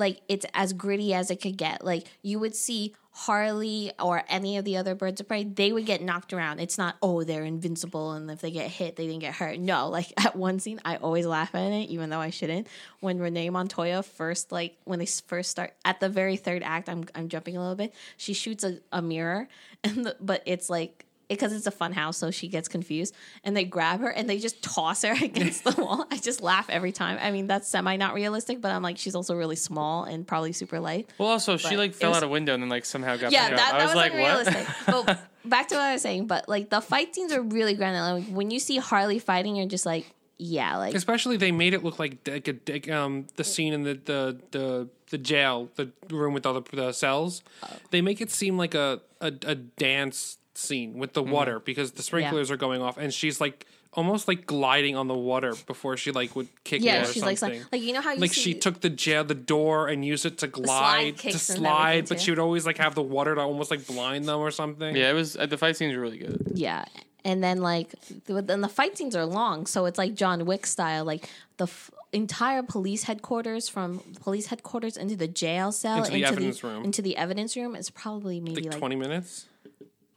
D: like it's as gritty as it could get. Like you would see Harley or any of the other birds of prey, they would get knocked around. It's not oh they're invincible and if they get hit they didn't get hurt. No, like at one scene I always laugh at it even though I shouldn't. When Renee Montoya first like when they s- first start at the very third act, I'm I'm jumping a little bit. She shoots a, a mirror and the, but it's like because it's a fun house, so she gets confused. And they grab her and they just toss her against the wall. I just laugh every time. I mean, that's semi not realistic, but I'm like, she's also really small and probably super light.
A: Well, also she
D: But
A: like
D: it
A: fell
D: was-
A: out a window and then like somehow got
D: Yeah,
A: back
D: that,
A: up.
D: that
A: I
D: was,
A: like,
D: unrealistic.
A: what?
D: but back to what I was saying, but like the fight scenes are really grand. Like when you see Harley fighting, you're just like, yeah, like
C: Especially, they made it look like d- like a d- um, the scene in the, the the the jail, the room with all the, the cells.
D: Oh.
C: They make it seem like a a, a dance scene with
D: Mm-hmm.
C: the water because the sprinklers are going off, and she's like almost like gliding on the water before she like would kick.
D: yeah,
C: it or
D: she's like,
C: something.
D: like, like you know how you
C: like
D: see,
C: she took the jail the door and used it to glide to
D: kicks and
C: slide,
D: everything,
C: but
D: too.
C: she would always like have the water to almost like blind them or something.
A: Yeah, it was uh, the fight scenes were really good.
D: Yeah. And then like th- then the fight scenes are long, so it's like John Wick style, like the f- entire police headquarters from police headquarters into the jail cell
C: Into the evidence room.
D: into the evidence room is probably maybe
C: like,
D: like,
C: twenty minutes.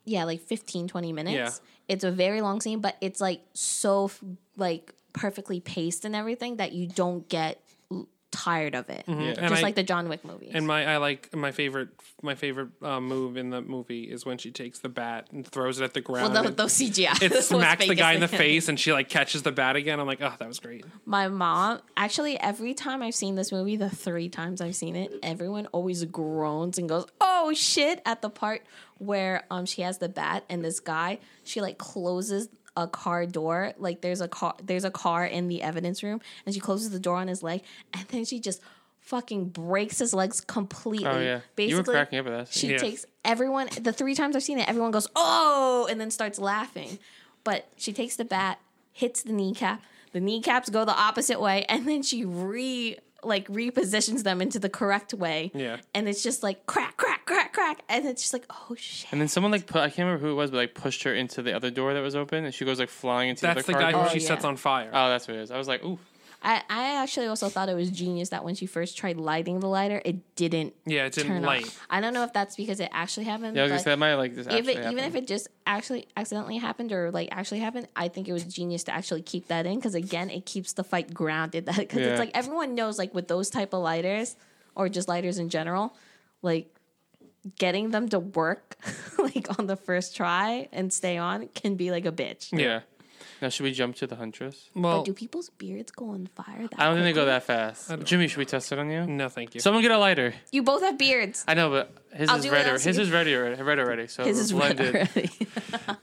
D: yeah, like 15 20 minutes.
C: Yeah.
D: It's a very long scene, but it's like so f- like perfectly paced and everything that you don't get l- tired of it.
A: Yeah.
C: Mm-hmm. And
D: Just
C: I-
D: like the John Wick movies.
C: And my I like my favorite my favorite uh, move in the movie is when she takes the bat and throws it at the
D: well,
C: ground.
D: tho-
C: and
D: those CGI.
C: it
D: was
C: smacks the
D: fake
C: guy
D: as
C: in the
D: they-
C: face, and she like catches the bat again. I'm like, oh, that was great.
D: My mom, actually, every time I've seen this movie, the three times I've seen it, everyone always groans and goes, "Oh shit!" at the part where um she has the bat and this guy, she like closes a car door. Like there's a car, there's a car in the evidence room, and she closes the door on his leg, and then she just fucking breaks his legs completely.
A: Oh yeah,
D: basically,
A: you were cracking up at that.
D: she
C: Yeah.
D: takes everyone the three times I've seen it, everyone goes, Oh, and then starts laughing. But she takes the bat, hits the kneecap, the kneecaps go the opposite way, and then she re like repositions them into the correct way.
C: Yeah.
D: And it's just like crack, crack, crack, crack. And it's just like, oh shit.
A: and then someone like put, I can't remember who it was, but like pushed her into the other door that was open, and she goes like flying into
C: That's
A: the
C: the
A: other
C: guy
A: car.
C: who
A: door.
D: Oh,
C: she
D: yeah.
C: sets on fire.
A: Oh, that's what it is. I was like, ooh,
D: I, I actually also thought it was genius that when she first tried lighting the lighter, it didn't
C: yeah, it didn't
D: turn
C: light.
D: off. I don't know if that's because it actually happened.
A: yeah, I was
D: but
A: gonna say that might like just
D: if
A: actually
D: it, even if
A: happen.
D: it just actually accidentally happened or like actually happened, I think it was genius to actually keep that in because again, it keeps the fight grounded. That because
A: Yeah.
D: it's like everyone knows like with those type of lighters or just lighters in general, like getting them to work like on the first try and stay on can be like a bitch.
A: yeah. Now should we jump to the huntress?
C: Well,
D: but do people's beards go on fire? That
A: I don't think they
D: quickly?
A: go that fast. Jimmy, should we test it on you?
C: no, thank you.
A: Someone get a lighter.
D: You both have beards.
A: I know, but his
D: I'll
A: is
D: do
A: red.
D: it, I'll
A: Or, his
D: see.
A: is red already. Red already. So
D: His
A: we're
D: is red
A: blended.
D: already.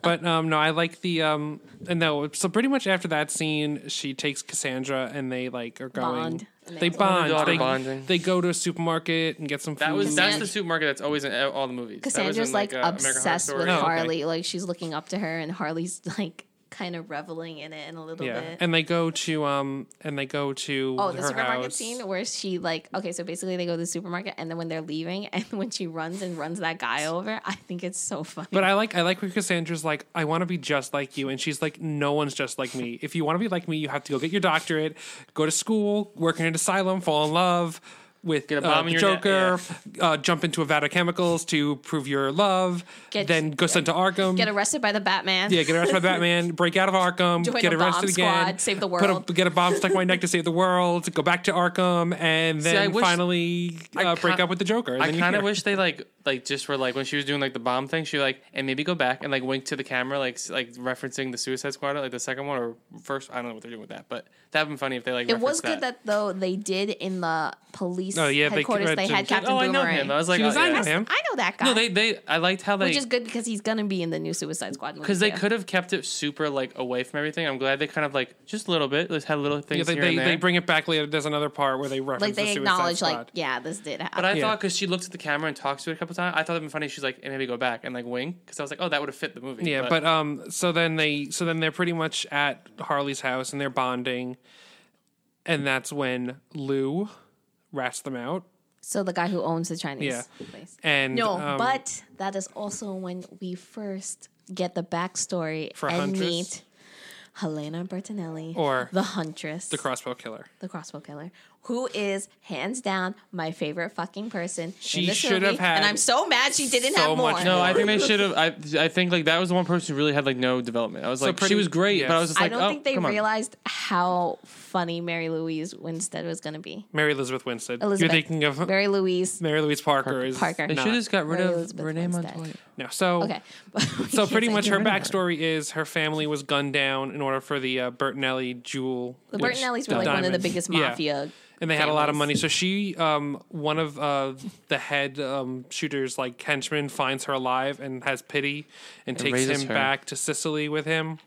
C: But um, no, I like the um, and no. So pretty much after that scene, she takes Cassandra, and they like are going.
D: Bond.
C: They bond.
A: Daughter
C: They,
A: bonding.
C: they go to a supermarket and get some food.
A: That was that's
D: Cassandra-
A: the supermarket that's always in e, all the movies. That was in,
D: Cassandra's like,
A: uh, American Horror
D: obsessed
A: Story.
D: with
C: Oh, okay.
D: Harley. Like she's looking up to her, and Harley's like kind of reveling in it in a little
C: yeah,
D: bit.
C: and they go to um, and they go to
D: oh,
C: her
D: the supermarket
C: house.
D: scene where she like okay, so basically they go to the supermarket, and then when they're leaving, and when she runs and runs that guy over, I think it's so funny.
C: But um, I like I like where Cassandra's like, I want to be just like you, and she's like, no one's just like me. If you want to be like me, you have to go get your doctorate, go to school, work in an asylum, fall in love with
A: Get a
C: uh,
A: bomb in
C: the
A: your neck,
C: Joker, uh, jump into a vat of chemicals to prove your love,
D: Get-
C: then go sent to Arkham.
D: get arrested by the Batman.
C: yeah, get arrested by Batman, break out of Arkham,
D: Join
C: get
D: a bomb
C: arrested again,
D: squad, save the
C: put a-
D: world.
C: get a bomb stuck in my neck to save the world, go back to Arkham, and
A: I
C: then
A: wish-
C: finally
A: I
C: uh, break
A: kin-
C: up with the Joker. and
A: I
C: then you're
A: kind of
C: here.
A: wish they like like just were like when she was doing like the bomb thing, she like and maybe go back and like wink to the camera, like s- like referencing the Suicide Squad, like the second one or first. I don't know what they're doing with that, but that'd been funny if they like.
D: It
A: referenced
D: was good that though they did in the police
C: Oh, yeah, they-
D: headquarters. They,
C: uh,
D: had
C: Jim-
D: Captain
A: oh, I know
D: Boomerang.
A: him. I was like,
C: She goes,
A: oh,
C: "I
A: yeah."
C: know him.
D: I know that guy.
A: No, they they. I liked how they
D: which is good because he's gonna be in the new Suicide Squad movie.
A: because they
D: too.
A: could have kept it super like away from everything. I'm glad they kind of like just a little bit. Just had little
C: Yeah,
A: things
C: they,
A: here
C: they,
A: and there.
C: they bring it back later. There's another part where they reference
D: like
C: the
D: they
C: Suicide
D: acknowledge
C: Squad.
D: like yeah, this did happen.
A: but I
C: Yeah.
A: thought because she looked at the camera and talked to it a couple times, I thought it'd been funny. if She's like, and maybe go back and like wink because I was like, oh, that would have fit the movie.
C: Yeah, but, um, so then they, so then they're pretty much at Harley's house and they're bonding, and that's when Lou rats them out.
D: So the guy who owns the Chinese
C: Yeah.
D: place.
C: And
D: No,
C: um,
D: but that is also when we first get the backstory
C: For
D: and
C: Huntress?
D: meet Helena Bertinelli
C: Or
D: the Huntress,
C: the crossbow killer.
D: the crossbow killer, who is hands down my favorite fucking person.
C: She
D: in this
C: should
D: movie,
C: have had
D: and I'm so mad she didn't
C: so
D: have more.
C: much
A: No, I think they should have. I I think like that was the one person who really had like no development. I was like,
C: pretty-
A: she was great,
C: yes.
A: but I was just
D: I
A: like,
D: don't
A: oh,
D: think they
A: come on.
D: realized how funny Mary Louise Winstead was going to be.
C: Mary Elizabeth Winstead.
D: Elizabeth,
C: You're thinking of
D: Mary Louise.
C: Mary Louise Parker. Is
D: Parker.
A: They
C: not-
A: should have just got rid
D: Mary
A: of
D: Elizabeth
A: Renee
D: Winstead.
A: Montoya.
C: no. So
D: Okay,
C: So pretty much her backstory is her family was gunned down in order for the uh, Bertinelli jewel.
D: The
C: which-
D: Bertinellis were like one of the
C: diamonds.
D: biggest
C: Yeah.
D: mafia,
C: and they had a lot of
D: families.
C: money. So she, um, one of uh, the head um, shooters, like henchman, finds her alive and has pity and, takes
A: raises
C: him
A: her.
C: back to Sicily with him.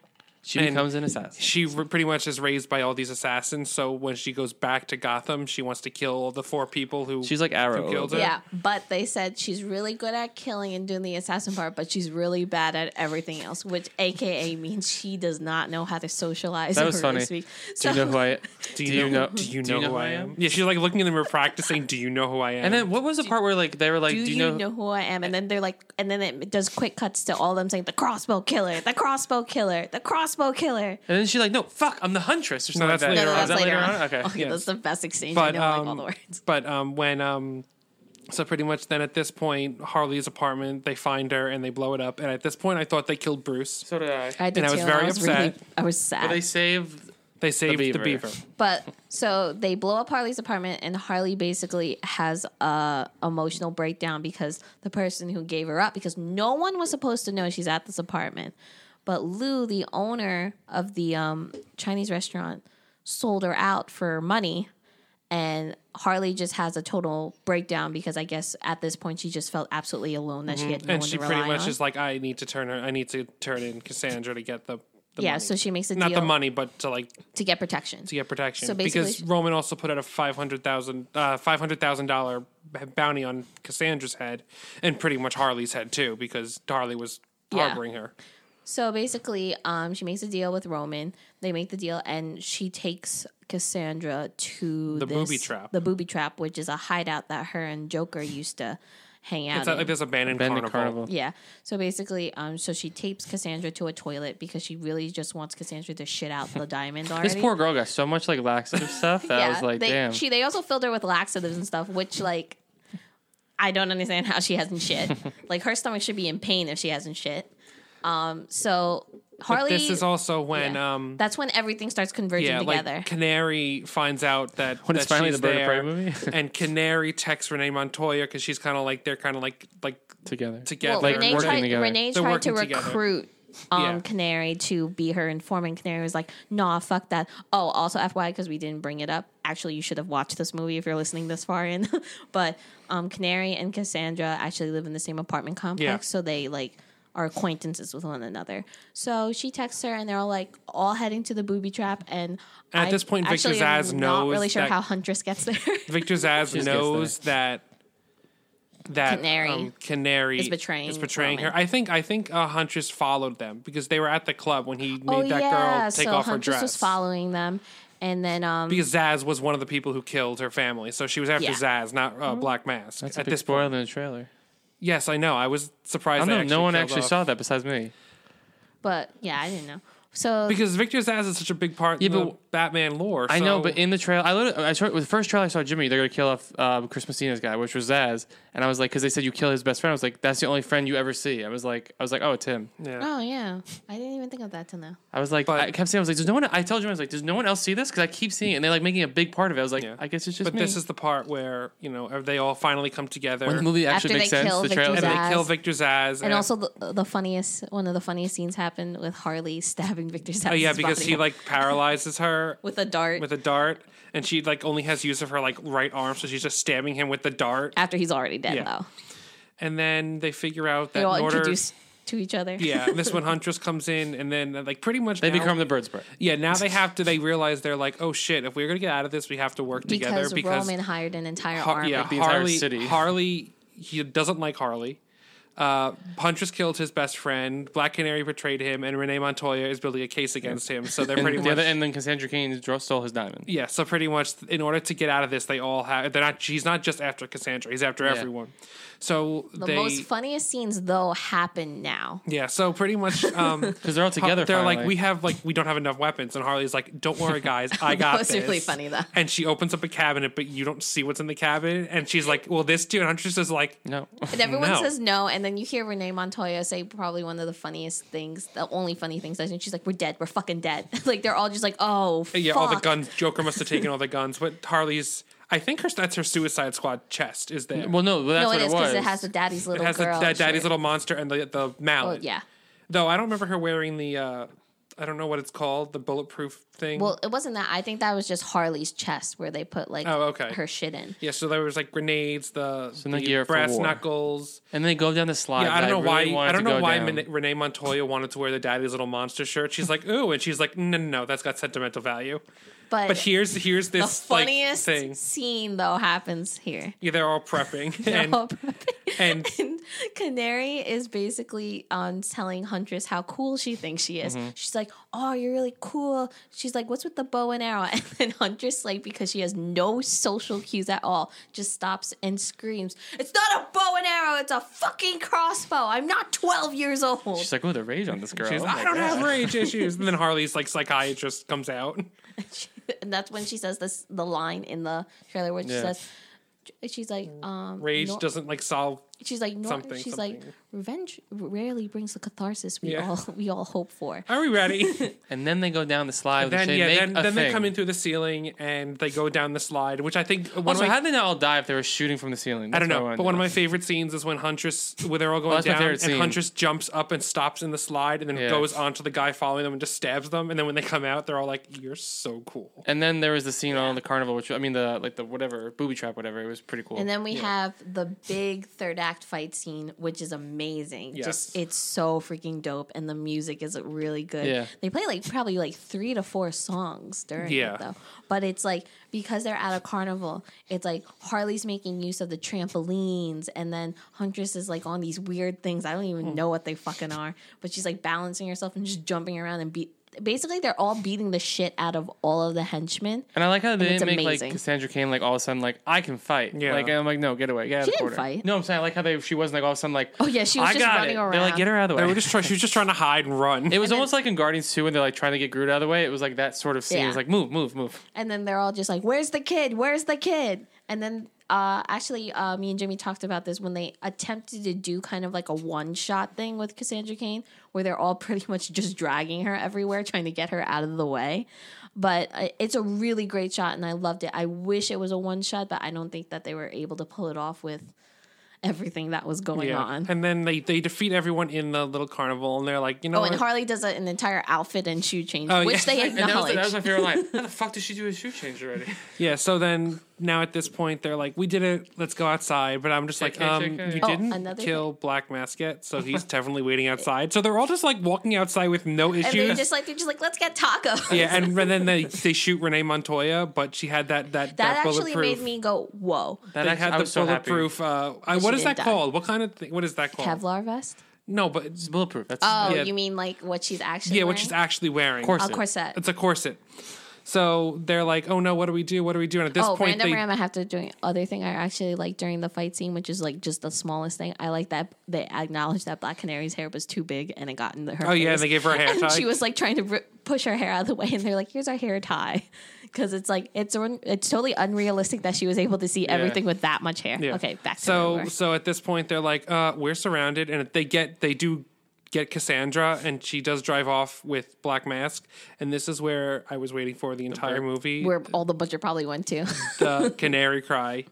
A: She
C: And-
A: becomes an assassin.
C: She re- pretty much is raised by all these assassins. So when she goes back to Gotham, she wants to kill the four people who
A: She's like Arrow.
C: who killed her.
D: Yeah, but they said she's really good at killing and doing the assassin part, but she's really bad at everything else, which AKA means she does not know how to socialize.
A: That
D: or
A: was funny.
D: speak.
A: Do you know who I?
C: Do you, know, Do you know, who, I am? Yeah, she's like looking in the mirror, practicing. Do you know who I am?
A: And then what was the part where like they were like,
D: Do, you know, who I am? And then they're like, and then it does quick cuts to all of them saying the crossbow killer, the crossbow killer, the crossbow killer.
A: And then she's like, no, fuck, I'm the huntress or something
C: that's
A: like that.
C: later
D: No,
C: on.
A: Is
D: that's
A: that
D: later on.
A: Okay.
D: okay,
C: yes.
D: that's the best exchange.
C: but
D: I know
C: um,
D: like all the words.
C: but um, when um, so pretty much then at this point, Harley's apartment, they find her and they blow it up. And at this point, I thought they killed Bruce.
A: So did I.
D: I did
C: and I was
D: too,
C: very
D: really-
C: upset.
D: I was
A: But
D: sad.
A: they saved.
C: They saved the
A: beaver.
C: beaver.
D: But so they blow up Harley's apartment, and Harley basically has a emotional breakdown because the person who gave her up, because no one was supposed to know she's at this apartment, but Lou, the owner of the um, Chinese restaurant, sold her out for money, and Harley just has a total breakdown because I guess at this point she just felt absolutely alone that she had no
C: Mm-hmm. and
D: one
C: she
D: to
C: pretty
D: rely
C: much
D: on.
C: is like, I need to turn her. I need to turn in Cassandra to get the. the
D: yeah,
C: money.
D: so she makes a
C: not
D: deal
C: the money, but to like
D: to get protection.
C: to get protection.
D: So basically
C: because
D: she-
C: Roman also put out a five hundred thousand uh, five hundred thousand dollar bounty on Cassandra's head, and pretty much Harley's head too, because Harley was
D: Yeah.
C: harboring her.
D: So basically, um, she makes a deal with Roman. They make the deal, and she takes Cassandra to
C: The
D: this-
C: booby trap.
D: The booby trap, which is a hideout that her and Joker used to hang out.
C: It's not
D: in.
C: like this abandoned,
A: Abandoned
C: carnival.
A: carnival.
D: yeah. So basically, um, so she tapes Cassandra to a toilet because she really just wants Cassandra to shit out the diamond already.
A: This poor girl got so much like laxative stuff that I was like,
D: they,
A: damn.
D: She they also filled her with laxatives and stuff, which like I don't understand how she hasn't shit. like her stomach should be in pain if she hasn't shit. Um, so Harley.
C: This is also when
D: Yeah.
C: um
D: That's when everything starts converging
C: yeah,
D: together.
C: like Canary finds out that
A: When
C: that
A: it's finally
C: she's
A: the Bird of
C: there,
A: Prey movie?
C: and Canary texts Renee Montoya because she's kind of like they're kind of like like
A: together.
C: together.
D: Well,
A: like,
D: Renee
A: working
D: tried,
A: together.
D: Renee
C: They're
D: tried to
C: working together.
D: recruit um,
C: Yeah.
D: Canary to be her informant. Canary was like, "Nah, fuck that." Oh, also FYI, because we didn't bring it up. Actually, you should have watched this movie if you're listening this far in. but um, Canary and Cassandra actually live in the same apartment complex,
C: Yeah.
D: so they like are acquaintances with one another. So she texts her, and they're all like all heading to the booby trap. And
C: At this point, Victor
D: actually am
C: Zsasz
D: not
C: knows
D: really sure
C: that-
D: how Huntress gets there.
C: Victor Zsasz
A: gets
C: knows that that
D: Canary
C: um, Canary
D: is betraying
C: is betraying her.
D: Roman.
C: I think I think uh, Huntress followed them because they were at the club when he made that girl take
D: Oh, so
C: off
D: Huntress
C: her dress.
D: was following them, and then um,
C: because Zaz was one of the people who killed her family, so she was after
D: Yeah.
C: Zaz, not uh, Black Mask.
A: Mm-hmm. That's a
C: at
A: big
C: this
A: spoiler
C: point,
A: in the trailer.
C: yes, I know. I was
A: I
C: surprised.
A: don't
C: they
A: know. No one
C: killed
A: actually
C: off-
A: saw that besides me.
D: but yeah, I didn't know. So
C: because Victor Zsasz is such a big part in
A: Yeah,
C: the
A: but-
C: Batman lore.
A: I know,
C: so-
A: but in the trailer, I literally, I saw, the first trailer I saw Jimmy, they're gonna kill off um, Chris Messina's guy, which was Zaz, and I was like, because they said you kill his best friend, I was like, that's the only friend you ever see. I was like, I was like, oh, it's him.
C: yeah.
D: Oh yeah, I didn't even think of that till now.
A: I was like,
C: But-
A: I kept saying, I was like, does no one? I told you, I was like, does no one else see this? Because I keep seeing it, and they're like making a big part of it. I was like,
C: Yeah.
A: I guess it's just
C: but
A: me.
C: this is the part where you know are they all finally come together
A: when the movie
D: After
A: actually makes
D: they
A: sense.
D: kill
A: the
D: Victor
A: trailer,
C: and they
D: Zsasz.
C: kill Victor Zsasz,
D: And also the, the funniest one of the funniest scenes happened with Harley stabbing Victor.
C: oh yeah, because he like paralyzes her
D: with a dart
C: with a dart, and she like only has use of her like right arm, so she's just stabbing him with the dart.
D: after he's already dead
C: Yeah.
D: though.
C: And then they figure out that
D: They all
C: in order,
D: introduce to each other.
C: yeah, this one Huntress comes in, and then uh, like pretty much
A: they
C: now-
A: become the Bird's Bird.
C: yeah. Now they have to. They realize they're like, oh shit, if we're gonna get out of this, we have to work together
D: because,
C: because
D: Roman hired an entire
C: Har-
D: army.
C: yeah,
A: the entire
C: Harley,
A: city.
C: Harley, he doesn't like Harley. Uh, Huntress killed his best friend. Black Canary betrayed him, and Renee Montoya is building a case against him. So they're pretty
A: And, the
C: much
A: other, and then Cassandra Cain dro- stole his diamond.
C: yeah. So pretty much, in order to get out of this, they all have. They're not. He's not just after Cassandra. He's after everyone. So
D: The
C: they.
D: most funniest scenes though happen now.
C: yeah. So pretty much. Um,
A: Because they're all together.
C: They're like,
A: finally.
C: we have like we don't have enough weapons, and Harley's like, "Don't worry, guys, I got
D: was
C: this."
D: really funny, though.
C: And she opens up a cabinet, but you don't see what's in the cabinet, and she's like, "Well, this too." And Huntress is like,
A: no.
D: And everyone
C: No.
D: says no, and then you hear Renee Montoya say probably one of the funniest things, the only funny things, and she's like, "We're dead. We're fucking dead." like they're all just like, "Oh,
C: "Yeah, all the
D: fuck."
C: guns. Joker must have taken all the guns." But Harley's, I think her that's her Suicide Squad chest is there.
A: Well, no, but that's
D: No,
A: what
D: it is
A: was.
D: because it has the daddy's
C: it
D: little
C: has the,
D: girl.
C: that daddy's
D: shirt.
C: little monster and the the
D: Oh,
C: mallet.
D: yeah.
C: Though I don't remember her wearing the. uh I don't know what it's called, the bulletproof thing.
D: Well, it wasn't that. I think that was just Harley's chest where they put like
C: Oh, okay.
D: her shit in.
C: yeah, so there was like grenades, the,
A: now
C: the
A: gear for
C: brass
A: war.
C: knuckles.
A: and they go down the slide.
C: Yeah, I don't know
A: that really
C: why.
A: wanted
C: I don't
A: to
C: know
A: go
C: why
A: down.
C: Mene- Renee Montoya wanted to wear the Daddy's Little Monster shirt. She's like, ooh, and she's like, no, no, no, that's got sentimental value.
D: But,
C: But here's here's
D: the
C: this
D: funniest
C: like, thing.
D: scene though happens here.
C: Yeah, they're all prepping, and
D: and,
C: and
D: Canary is basically um, telling Huntress how cool she thinks she is.
C: Mm-hmm.
D: She's like, "Oh, you're really cool." She's like, "What's with the bow and arrow?" And then Huntress, like, because she has no social cues at all, just stops and screams, "It's not a bow and arrow! It's a fucking crossbow! I'm not 12 years old."
A: She's like, oh, the rage on this girl.
C: she's,
A: Oh my
C: I don't
A: God.
C: have rage issues. And then Harley's like psychiatrist comes out.
D: and that's when she says this the line in the trailer where she
A: Yeah.
D: says. She's like, um,
C: Rage
D: "Nor-
C: doesn't like solve.
D: She's like, Norton.
C: Something,
D: she's
C: something.
D: like, revenge rarely brings the catharsis we
C: Yeah.
D: all we all hope for.
C: Are we ready?
A: And then they go down the slide. With
C: then
A: the shade.
C: yeah,
A: Make
C: then,
A: a
C: then they
A: thing.
C: come in through the ceiling and they go down the slide, which I think one
A: Also,
C: of my,
A: how did they not all die if they were shooting from the ceiling?
C: I
A: That's
C: don't
A: what
C: know,
A: wanna
C: but one of
A: know.
C: my favorite scenes is when Huntress, where they're all going
A: that's my
C: down, and
A: favorite scene.
C: Huntress jumps up and stops in the slide, and then
A: Yeah.
C: goes onto the guy following them and just stabs them. And then when they come out, they're all like, "You're so cool."
A: And then there was the scene on the carnival, which I mean, the like the whatever booby trap, whatever. It was pretty cool.
D: And then we have the big third act fight scene, which is amazing.
C: Yes.
D: Just it's so freaking dope, and the music is really good.
A: Yeah.
D: They play like probably like three to four songs during
C: Yeah.
D: it though. But it's like because they're at a carnival, it's like Harley's making use of the trampolines, and then Huntress is like on these weird things. I don't even know what they fucking are, but she's like balancing herself and just jumping around and beat. Basically, they're all beating the shit out of all of the henchmen.
A: And I like how they
D: it's
A: didn't make like
D: amazing.
A: Cassandra Cain like all of a sudden like I can fight.
C: Yeah.
A: Like I'm like no, get away. Get out
D: She
A: of the corner.
D: didn't fight.
A: No, I'm saying I like how they she wasn't like all of a sudden like
D: Oh yeah, she was
A: I
D: just
A: got
D: running
A: it.
D: around.
A: They're like get her out of the
C: They
A: way.
C: were just try- she was just trying to hide and run.
A: it was
D: And
A: almost like in Guardians 2 when they're like trying to get Groot out of the way. It was like that sort of scene. It was
D: Yeah.
A: like move, move, move.
D: and then they're all just like, "Where's the kid? Where's the kid?" And then uh, actually, uh, me and Jimmy talked about this when they attempted to do kind of like a one shot thing with Cassandra Kane, where they're all pretty much just dragging her everywhere, trying to get her out of the way. But uh, it's a really great shot, and I loved it. I wish it was a one shot, but I don't think that they were able to pull it off with everything that was going
C: yeah.
D: on.
C: And then they they defeat everyone in the little carnival, and they're like, you know,
D: Oh, and
C: what?
D: Harley does a, an entire outfit and shoe change,
C: Oh,
D: which
C: yeah.
D: they
A: uh, And that was,
D: acknowledge.
A: that was my favorite line. How the fuck did she do a shoe change already?
C: yeah. So then now at this point, they're like, we did it. Let's go outside. But I'm just like,
A: JK,
C: um,
A: JK.
C: you
A: Oh,
C: didn't
D: another
C: kill Black Mask yet, so he's definitely waiting outside. So they're all just like walking outside with no
D: and they're
C: issues.
D: just like they're just like, let's get tacos.
C: yeah, and then they, they shoot Renee Montoya, but she had that that
D: that actually
C: bulletproof.
D: made me go, "Whoa!"
A: That
C: they
A: actually-
C: had
A: I
C: the
A: was so happy.
C: bulletproof. uh, I, what
D: she
C: is that
D: didn't die.
C: called? What kind of thing? What is that called?
D: Kevlar vest.
C: No, but
A: It's bulletproof. That's
D: Oh,
C: Yeah.
D: you mean like what she's actually?
C: yeah,
D: wearing?
C: what she's actually wearing.
A: Corset.
D: a corset.
C: It's a corset. So they're like, oh no, what do we do? What do we do? And at this
D: oh,
C: point,
D: random
C: they,
D: ram. I have to do other thing. I actually like during the fight scene, which is like just the smallest thing. I like that they acknowledged that Black Canary's hair was too big and it got in her.
C: oh yeah, and
D: face.
C: they gave her a hair tie.
D: And she was like trying to ri push her hair out of the way, and they're like, "Here's our hair tie," because it's like it's un- it's totally unrealistic that she was able to see everything with that much hair.
C: Yeah.
D: Okay, back to where we
C: so
D: were.
C: so at this point they're like uh we're surrounded and they get they do get Cassandra and she does drive off with Black Mask and this is where I was waiting for the entire movie
D: where all the butcher probably went to.
C: the canary cry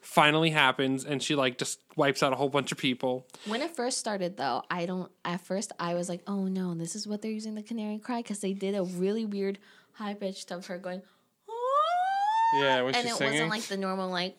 C: finally happens and she like just wipes out a whole bunch of people
D: When it first started, though, I don't. At first, I was like, "Oh no, this is what they're using the canary cry" because they did a really weird high pitched of her going, "Oh,"
A: yeah, when
D: and
A: she's
D: it
A: singing.
D: wasn't like the normal like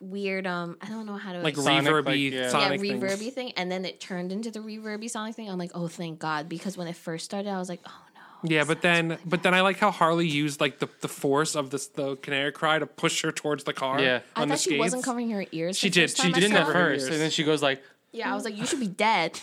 D: weird. Um, I don't know how to
C: like
D: explain-
A: Sonic,
C: reverby
A: like, yeah.
D: yeah,
C: sonic things.
D: reverby thing, and then it turned into the reverby sonic thing. I'm like, "Oh, thank God," because when it first started, I was like, "Oh no."
C: yeah but then but then I like how Harley used like the, the force of this the canary cry to push her towards the car
A: Yeah.
D: I
C: on the
D: thought she wasn't
C: skates.
D: covering her ears.
C: She
D: the
C: did.
D: first
C: She
D: time I
A: she didn't at
D: saw it.
C: cover her
A: first,
C: ears.
A: and then she goes like,
D: Yeah, I was like, you should be dead.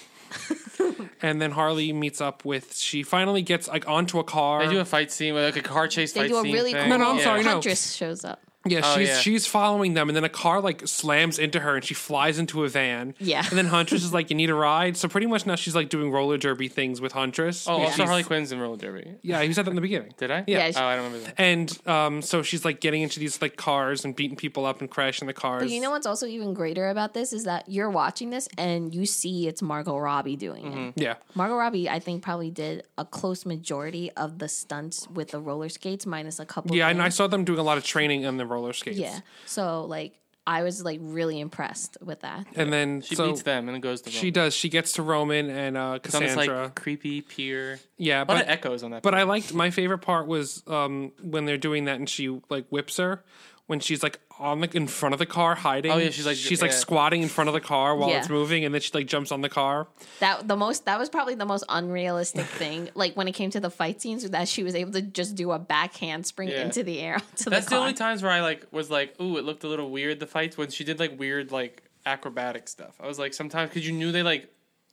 C: And then Harley meets up with. She finally gets like onto a car.
A: They do a fight scene with like a car chase
D: They
A: fight
D: do a
A: scene.
D: really cool.
A: thing.
C: No, no, I'm
A: Yeah.
C: sorry, no.
D: Huntress shows up.
C: Yeah,
A: Oh,
C: she's
A: yeah.
C: she's following them, and then a car like slams into her, and she flies into a van.
D: Yeah.
C: and then Huntress is like, "You need a ride." So pretty much now she's like doing roller derby things with Huntress.
A: Oh,
C: Yeah,
A: also
C: she's-
A: Harley Quinn's in roller derby.
C: Yeah, he said that in the beginning.
A: Did I?
D: Yeah, she-
A: oh, I don't remember that.
C: And um, so she's like getting into these like cars and beating people up and crashing the cars.
D: But you know what's also even greater about this is that you're watching this and you see it's Margot Robbie doing it.
C: Yeah,
D: Margot Robbie, I think, probably did a close majority of the stunts with the roller skates, minus a couple.
C: yeah, and I
D: things.
C: saw them doing a lot of training on the roller skates.
D: Yeah, so like I was like really impressed with that.
C: and then
A: She
C: so
A: beats them and goes to
C: she does. She gets to Roman and uh,
A: It's on this
C: Cassandra.
A: like creepy pier. A
C: yeah,
A: lot
C: but
A: of echoes on that.
C: But I liked my favorite part was um, when they're doing that and she like whips her when she's like on the in front of the car hiding.
A: Oh, yeah, she's, like,
C: she's like
A: yeah.
C: squatting in front of the car while
D: Yeah.
C: it's moving, and then she like jumps on the car.
D: That the most that was probably the most unrealistic thing. Like when it came to the fight scenes, was that she was able to just do a back handspring
A: Yeah.
D: into the air. Onto
A: That's
D: the,
A: the,
D: car.
A: only times where I like was like, ooh, it looked a little weird. The fights when she did like weird like acrobatic stuff. I was like, sometimes because you knew they like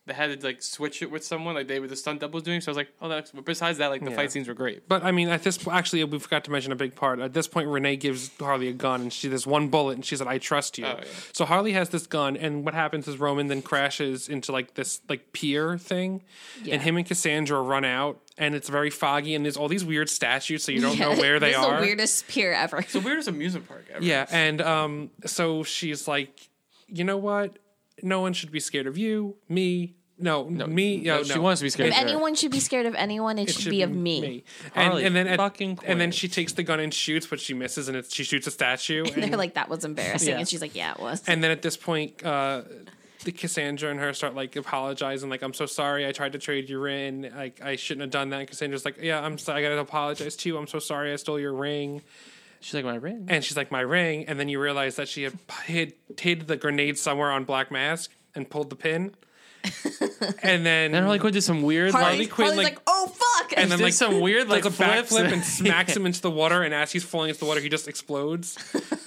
A: they had to like switch it with someone like they were the stunt doubles doing. So I was like, oh, that's. But besides that, like the
C: Yeah.
A: fight scenes were great.
C: But I mean, at this po- actually, we forgot to mention a big part. At this point, Renee gives Harley a gun, and she there's one bullet, and she said, "I trust you."
A: Oh, yeah.
C: So Harley has this gun, and what happens is Roman then crashes into like this like pier thing,
D: Yeah.
C: and him and Cassandra run out, and it's very foggy, and there's all these weird statues, so you don't
D: Yeah,
C: know where they
D: this is
C: are.
D: The weirdest pier ever.
A: It's the weirdest amusement park ever.
C: Yeah, and um, so she's like, you know what? No one should be scared of you, me. No, me. No,
A: no,
C: no.
A: she wants to be scared.
D: if
A: of her.
D: anyone should be scared of anyone, it, should, be of me.
C: And,
A: Harley
C: and then at-
A: fucking
C: and then
A: Quinn.
C: she takes the gun and shoots, but she misses, and it, she shoots a statue.
D: And
C: and,
D: they're like, that was embarrassing.
C: Yeah.
D: And she's like, yeah, it was.
C: and then at this point, uh, the Cassandra and her start like apologizing, like I'm so sorry, I tried to trade your ring, like I shouldn't have done that. And Cassandra's like, yeah, I'm so, I gotta apologize to you. I'm so sorry, I stole your ring.
A: she's like my ring.
C: and she's like my ring and then you realize that she had hid, hid the grenade somewhere on black mask and pulled the pin and then
A: And Harley Quinn did some weird
D: Harley,
A: like.
C: Quinn,
D: Harley's
C: like-
D: like, oh, fuck.
C: and then
A: did
C: like
A: some weird, like,
C: does a backflip
A: flips.
C: and smacks him into the water and as he's falling into the water he just explodes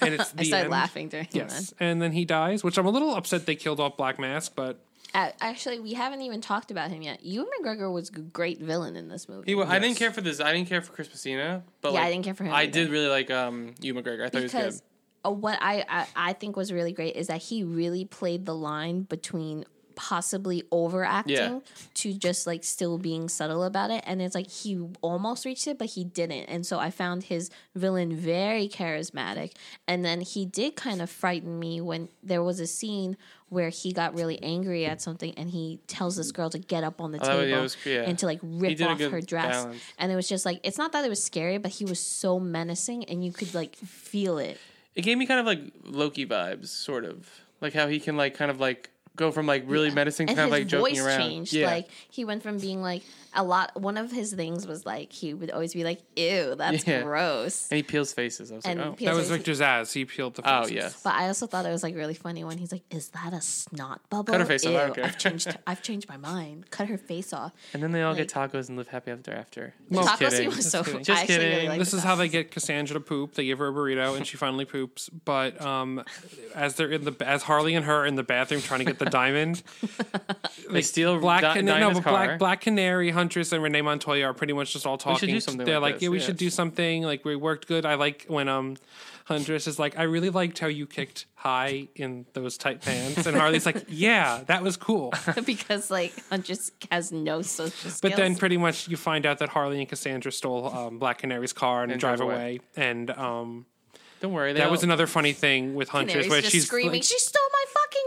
C: and it's the
D: I started
C: end.
D: laughing during
C: yes and then he dies which i'm a little upset they killed off black mask but
D: that. A- Actually, we haven't even talked about him yet. Ewan McGregor was a great villain in this movie.
A: He wa- I didn't
C: Yes.
A: care for this. I didn't care for Chris Messina. But
D: Yeah, I
A: like,
D: didn't care for him
A: I
D: either.
A: did really like um you McGregor. I thought he was
D: because
A: good.
D: uh, what I, I I think was really great is that he really played the line between possibly overacting
A: Yeah.
D: to just like still being subtle about it and it's like he almost reached it but he didn't and so i found his villain very charismatic and then he did kind of frighten me when there was a scene where he got really angry at something and he tells this girl to get up on the
A: Oh, yeah, it
D: table
A: was- yeah.
D: and to like rip
A: did a
D: off
A: good
D: her dress
A: balance.
D: and it was just like it's not that it was scary but he was so menacing and you could like feel it
A: It gave me kind of like Loki vibes, sort of like how he can like kind of like go from like really menacing to
D: and
A: kind of
D: his
A: like joking
D: voice
A: around.
D: changed.
A: Yeah.
D: Like he went from being like a lot. One of his things was like he would always be like, "Ew, that's
A: Yeah.
D: gross."
A: and he peels faces. I was
D: And
A: like, oh,
D: peels-
C: that was victor zaz he peeled the
A: oh
C: faces.
A: yes.
D: But I also thought it was like really funny when he's like, "Is that a snot bubble?"
A: Cut her face off,
D: Ew,
A: I don't care."
D: I've changed. I've changed my mind. Cut her face off.
A: And then they all get tacos and live happy after after.
D: Taco
A: Just
D: scene
A: kidding.
D: was so.
A: kidding.
D: I
A: Just
D: actually really
A: kidding.
D: liked
C: this
D: it.
C: is how they get Cassandra to poop. They give her a burrito, and she finally poops. But um, as they're in the as Harley and her are in the bathroom trying to get the diamond,
A: they steal
C: Black
A: Di-
C: Can- no,
A: Dinah's
C: but
A: car.
C: Black Black Canary, Huntress, and Renee Montoya are pretty much just all
A: should
C: talking.
A: do something
C: They're
A: like
C: like,
A: this,
C: yeah, we
A: yeah.
C: should do something. Like we worked good. I like when um. Huntress is like, I really liked how you kicked high in those tight pants, and Harley's like, Yeah, that was cool.
D: because like Huntress has no social skills.
C: But then pretty much you find out that Harley and Cassandra stole um, Black Canary's car and,
A: And
C: drive
A: drove
C: away.
A: away.
C: And um,
A: Don't worry. They
C: that
A: all-
C: was another funny thing with Huntress
D: Canary's
C: where
D: just
C: she's
D: screaming,
C: like,
D: "She stole my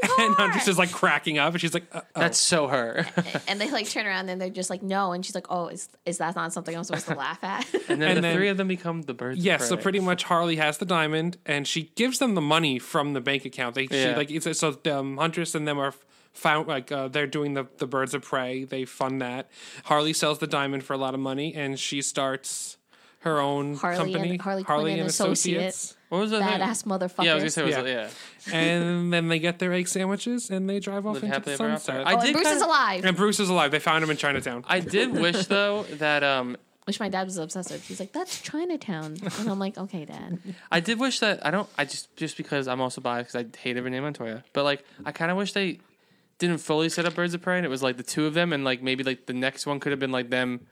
D: fucking car!"
C: and Huntress is like cracking up, and she's like, uh, uh,
A: That's so her.
D: and they like turn around and they're just like, "No," and she's like, "Oh, is is that not something I'm supposed to laugh at?"
A: and then
C: And
A: the
C: then-
A: three of them become the birds. of
C: "Yeah."
A: prey.
C: So pretty much Harley has the diamond, and she gives them the money from the bank account. They she,
A: Yeah.
C: like it's, so um, Huntress and them are found like uh, they're doing the the birds of prey. They fund that. Harley sells the diamond for a lot of money, and she starts her own
D: Harley and-
C: company,
D: Harley Quinn and Associates.
A: What was the thing?
D: Badass motherfucker.
A: Yeah, I was gonna say. Was
C: Yeah.
A: it- yeah.
C: and then they get their egg sandwiches and they drive off
A: Live
C: into
A: happily
C: the
A: ever after.
C: sunset.
A: I
D: Oh, and
A: did
D: Bruce is
A: kinda-
D: alive,
C: and Bruce is alive. They found him in Chinatown.
A: I did wish though that um
D: which my dad was obsessed with. He's like, "That's Chinatown," and I'm like, "Okay, dad."
A: I did wish that I don't. I just just because I'm also biased because I hate Renee Montoya, but like I kind of wish they didn't fully set up Birds of Prey, and it was like the two of them, and like maybe like the next one could have been like them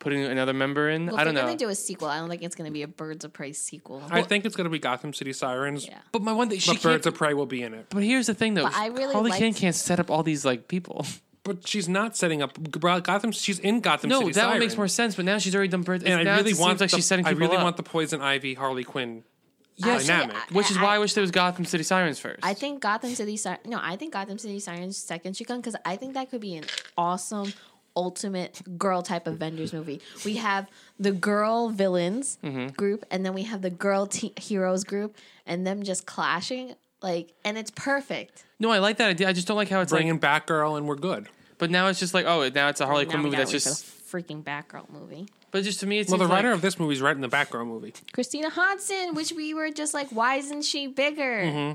A: putting another member in.
D: Well,
A: I don't
D: If
A: know.
D: they're gonna do a sequel, I don't think it's gonna be a Birds of Prey sequel.
C: I think it's going to be Gotham City Sirens,
D: Yeah.
A: but my one thing, she
C: but Birds
A: can't.
C: of Prey will be in it.
A: But here's the thing, though.
D: But I really
A: Harley
D: liked-
A: Quinn can't set up all these like people.
C: But she's not setting up Gotham. She's in Gotham
A: No,
C: City
A: that one makes more sense. But now she's already done Birds.
C: And
A: now
C: I really
A: it
C: want
A: seems like
C: the,
A: she's setting
C: I
A: people
C: really
A: up,
C: want the Poison Ivy Harley Quinn
D: Actually,
C: dynamic.
D: I-
A: which is why I,
D: I-
A: wish there was Gotham City Sirens first.
D: I think Gotham City Sirens. No, I think Gotham City Sirens second should come because I think that could be an awesome, ultimate girl type Avengers movie. We have the girl villains
A: Mm-hmm.
D: group, and then we have the girl te- heroes group, and them just clashing. Like, and it's perfect.
A: no, I like that idea. I just don't like how it's
C: Bring
A: like.
C: in Batgirl and we're good.
A: But now it's just like, oh, now it's a Harley
D: Now
A: Quinn
D: we
A: movie
D: gotta
A: that's
D: wait for
A: just.
D: the freaking Batgirl movie.
A: But just to me, it's
C: Well, the writer
A: like,
C: of this movie is writing the Batgirl movie.
D: Christina Hodson, which we were just like, why isn't she bigger?
A: Mm-hmm.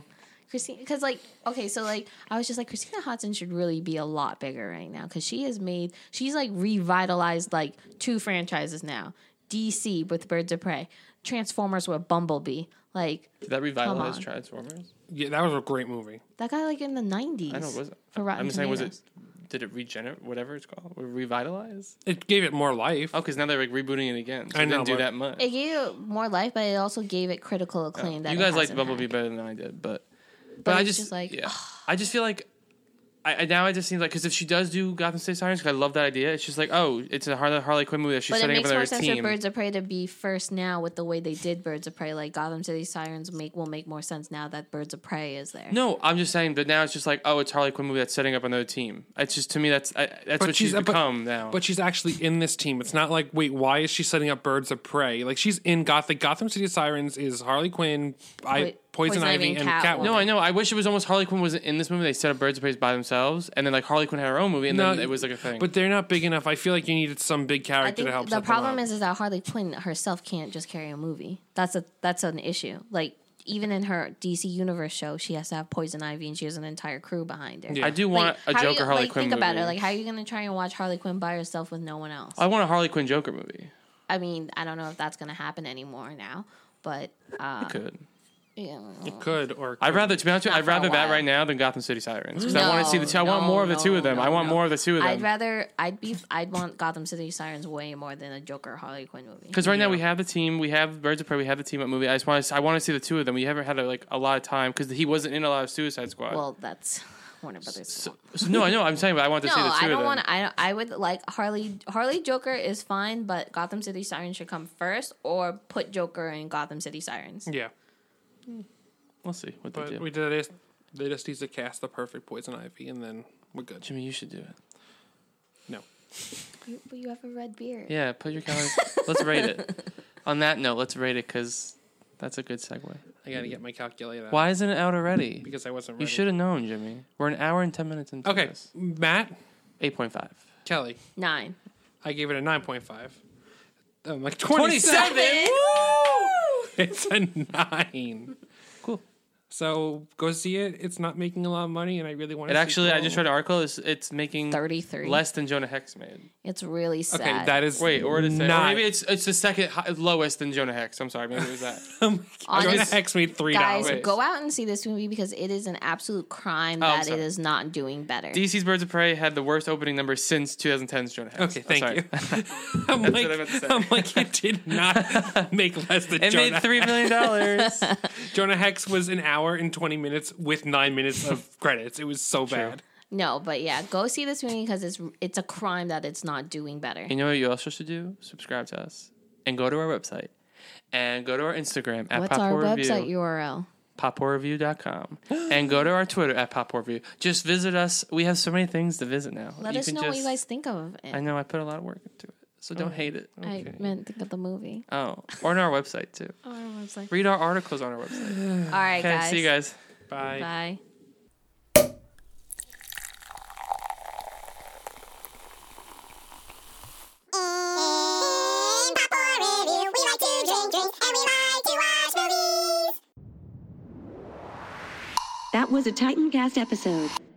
D: Christina, because like, okay, so like, I was just like, Christina Hodson should really be a lot bigger right now because she has made, she's like revitalized like two franchises now DC with Birds of Prey, Transformers with Bumblebee. Like,
A: did that revitalize
D: on.
A: Transformers?
C: Yeah, that was a great movie.
D: that guy like in the 90s.
A: I know. Was it?
D: For Rotten
A: I'm saying, was it?
D: Tomatoes.
A: Did it regenerate? Whatever it's called, or revitalize?
C: It gave it more life.
A: Oh, because now they're like rebooting it again. So
C: I
A: I
C: know,
A: didn't do
C: but-
A: that much.
D: It gave it more life, but it also gave it critical acclaim. that
A: you
D: it
A: guys liked
D: hasn't
A: Bumblebee
D: had.
A: better than I did, but but,
D: But
A: I
D: it's
A: just,
D: just
A: like
D: like,
A: yeah, I just feel like I, I now I just seem like because if she does do Gotham City Sirens, 'cause I love that idea. It's just like oh, it's a Harley, Harley Quinn movie that she's
D: But it
A: setting up
D: makes more
A: with her
D: sense for
A: team.
D: Birds of Prey to be first now with the way they did Birds of Prey. Like Gotham City Sirens make will make more sense now that Birds of Prey is there.
A: No, I'm just saying, but now it's just like oh, it's Harley Quinn movie that's setting up another team. It's just to me that's I, that's what she's,
C: uh, but-
A: become now.
C: But she's actually in this team. It's not like, wait, why is she setting up Birds of Prey? Like she's in Gothic. Gotham City Sirens is Harley Quinn, I,
D: Wait,
C: Poison, Ivy, and Catwoman.
A: no, I know. I wish it was almost Harley Quinn was in this movie. They set up Birds of Prey by themselves, and then like Harley Quinn had her own movie, and then it was like a thing.
C: But they're not big enough. I feel like you needed some big
D: I
C: character
D: think
C: to help.
D: the
C: set them
D: problem
C: up.
D: is is that Harley Quinn herself can't just carry a movie. That's a that's an issue. Like even in her DC Universe show, she has to have Poison Ivy and she has an entire crew behind her.
A: I do
D: Like,
A: want a
D: how are you-
A: Joker Harley
D: like,
A: Quinn
D: Think
A: movie.
D: about it. Like, how are you going to try and watch Harley Quinn by herself with no one else?
A: I want a Harley Quinn Joker movie.
D: I mean, I don't know if that's going to happen anymore now, but uh,
A: Could.
D: yeah.
C: Good or
A: I'd rather, to be honest, with you,
D: Not
A: I'd
D: for a
A: rather that
D: while.
A: right now than Gotham City Sirens because I want to see the. Two, I
D: No,
A: want more of the
D: no,
A: two of them.
D: no,
A: I want
D: no.
A: more of the two of
D: I'd
A: them.
D: rather I'd be I'd want Gotham City Sirens way more than a Joker Harley Quinn movie.
A: Because right now we have the team, we have Birds of Prey, we have the team up movie. I just want to, I want to see the two of them. We haven't had like a lot of time because he wasn't in a lot of Suicide Squad.
D: Well, that's Warner Brothers.
A: so, no, I know. I'm saying, but I want to
D: no,
A: see the two
D: I
A: of
D: don't
A: them.
D: want. I don't- I would like Harley Harley Joker is fine, but Gotham City Sirens should come first, or put Joker in Gotham City Sirens.
C: yeah.
A: We'll see what they
C: But
A: do.
C: we did this. They just need to cast the perfect Poison Ivy, and then we're good.
A: Jimmy, you should do it.
C: No,
D: You, but you have a red beard.
A: Yeah, put your calendar. let's rate it. On that note, let's rate it because that's a good segue.
C: I gotta get my calculator. out
A: Why isn't it out already?
C: Because I wasn't.
A: you
C: Ready.
A: should have known, Jimmy. We're an hour and ten minutes into
C: Okay,
A: this.
C: Matt
A: Eight point five.
C: Kelly.
D: Nine.
C: I gave it a nine point five. I'm like
A: Twenty
C: 27.
A: seven.
C: It's a nine.
A: Cool.
C: So go see it. It's not making a lot of money, and I really want
A: It
C: to.
A: actually, I just read an article. It's, it's making
D: 33.
A: less than Jonah Hex made.
D: It's really sad.
C: Okay, that is
A: Wait, or did it say? Or
C: not-
A: maybe it's it's the second hi- lowest than Jonah Hex. I'm sorry, maybe it was that.
C: Jonah
D: Honest-
C: Hex made three
D: Guys,
C: dollars.
D: go out and see this movie because it is an absolute crime
A: Oh, I'm
D: that it
A: sorry.
D: is not doing better.
A: DC's Birds of Prey had the worst opening number since 2010's Jonah Hex.
C: Okay,
A: I'm
C: thank
A: sorry.
C: you. I'm like,
A: what I meant to say.
C: I'm like, it did not make less than
A: It
C: Jonah.
A: made three million dollars.
C: Jonah Hex was an hour and 20 minutes with nine minutes of credits. It was so bad.
D: No, but yeah, go see this movie because it's it's a crime that it's not doing better.
A: you know what you also should do? Subscribe to us and go to our website and go to our Instagram at
D: What's
A: Pop
D: our
A: Horror
D: website
A: Review,
D: URL?
A: pophorrorreview.com, and go to our Twitter at Pop Horror Review. Just visit us. We have so many things to visit now.
D: Let
A: You
D: us
A: can
D: know what you
A: just-
D: guys think of it.
A: I know I put a lot of work into it, so don't hate it.
D: I meant think of the movie.
A: Oh, or on our website too.
D: Our website.
A: Read our articles on our website.
D: All right,
A: Okay,
D: guys.
A: see you guys.
C: Bye.
D: Bye.
G: In Pop War Review, we like to drink, drink, and we like to watch movies.
H: That was a Titancast episode.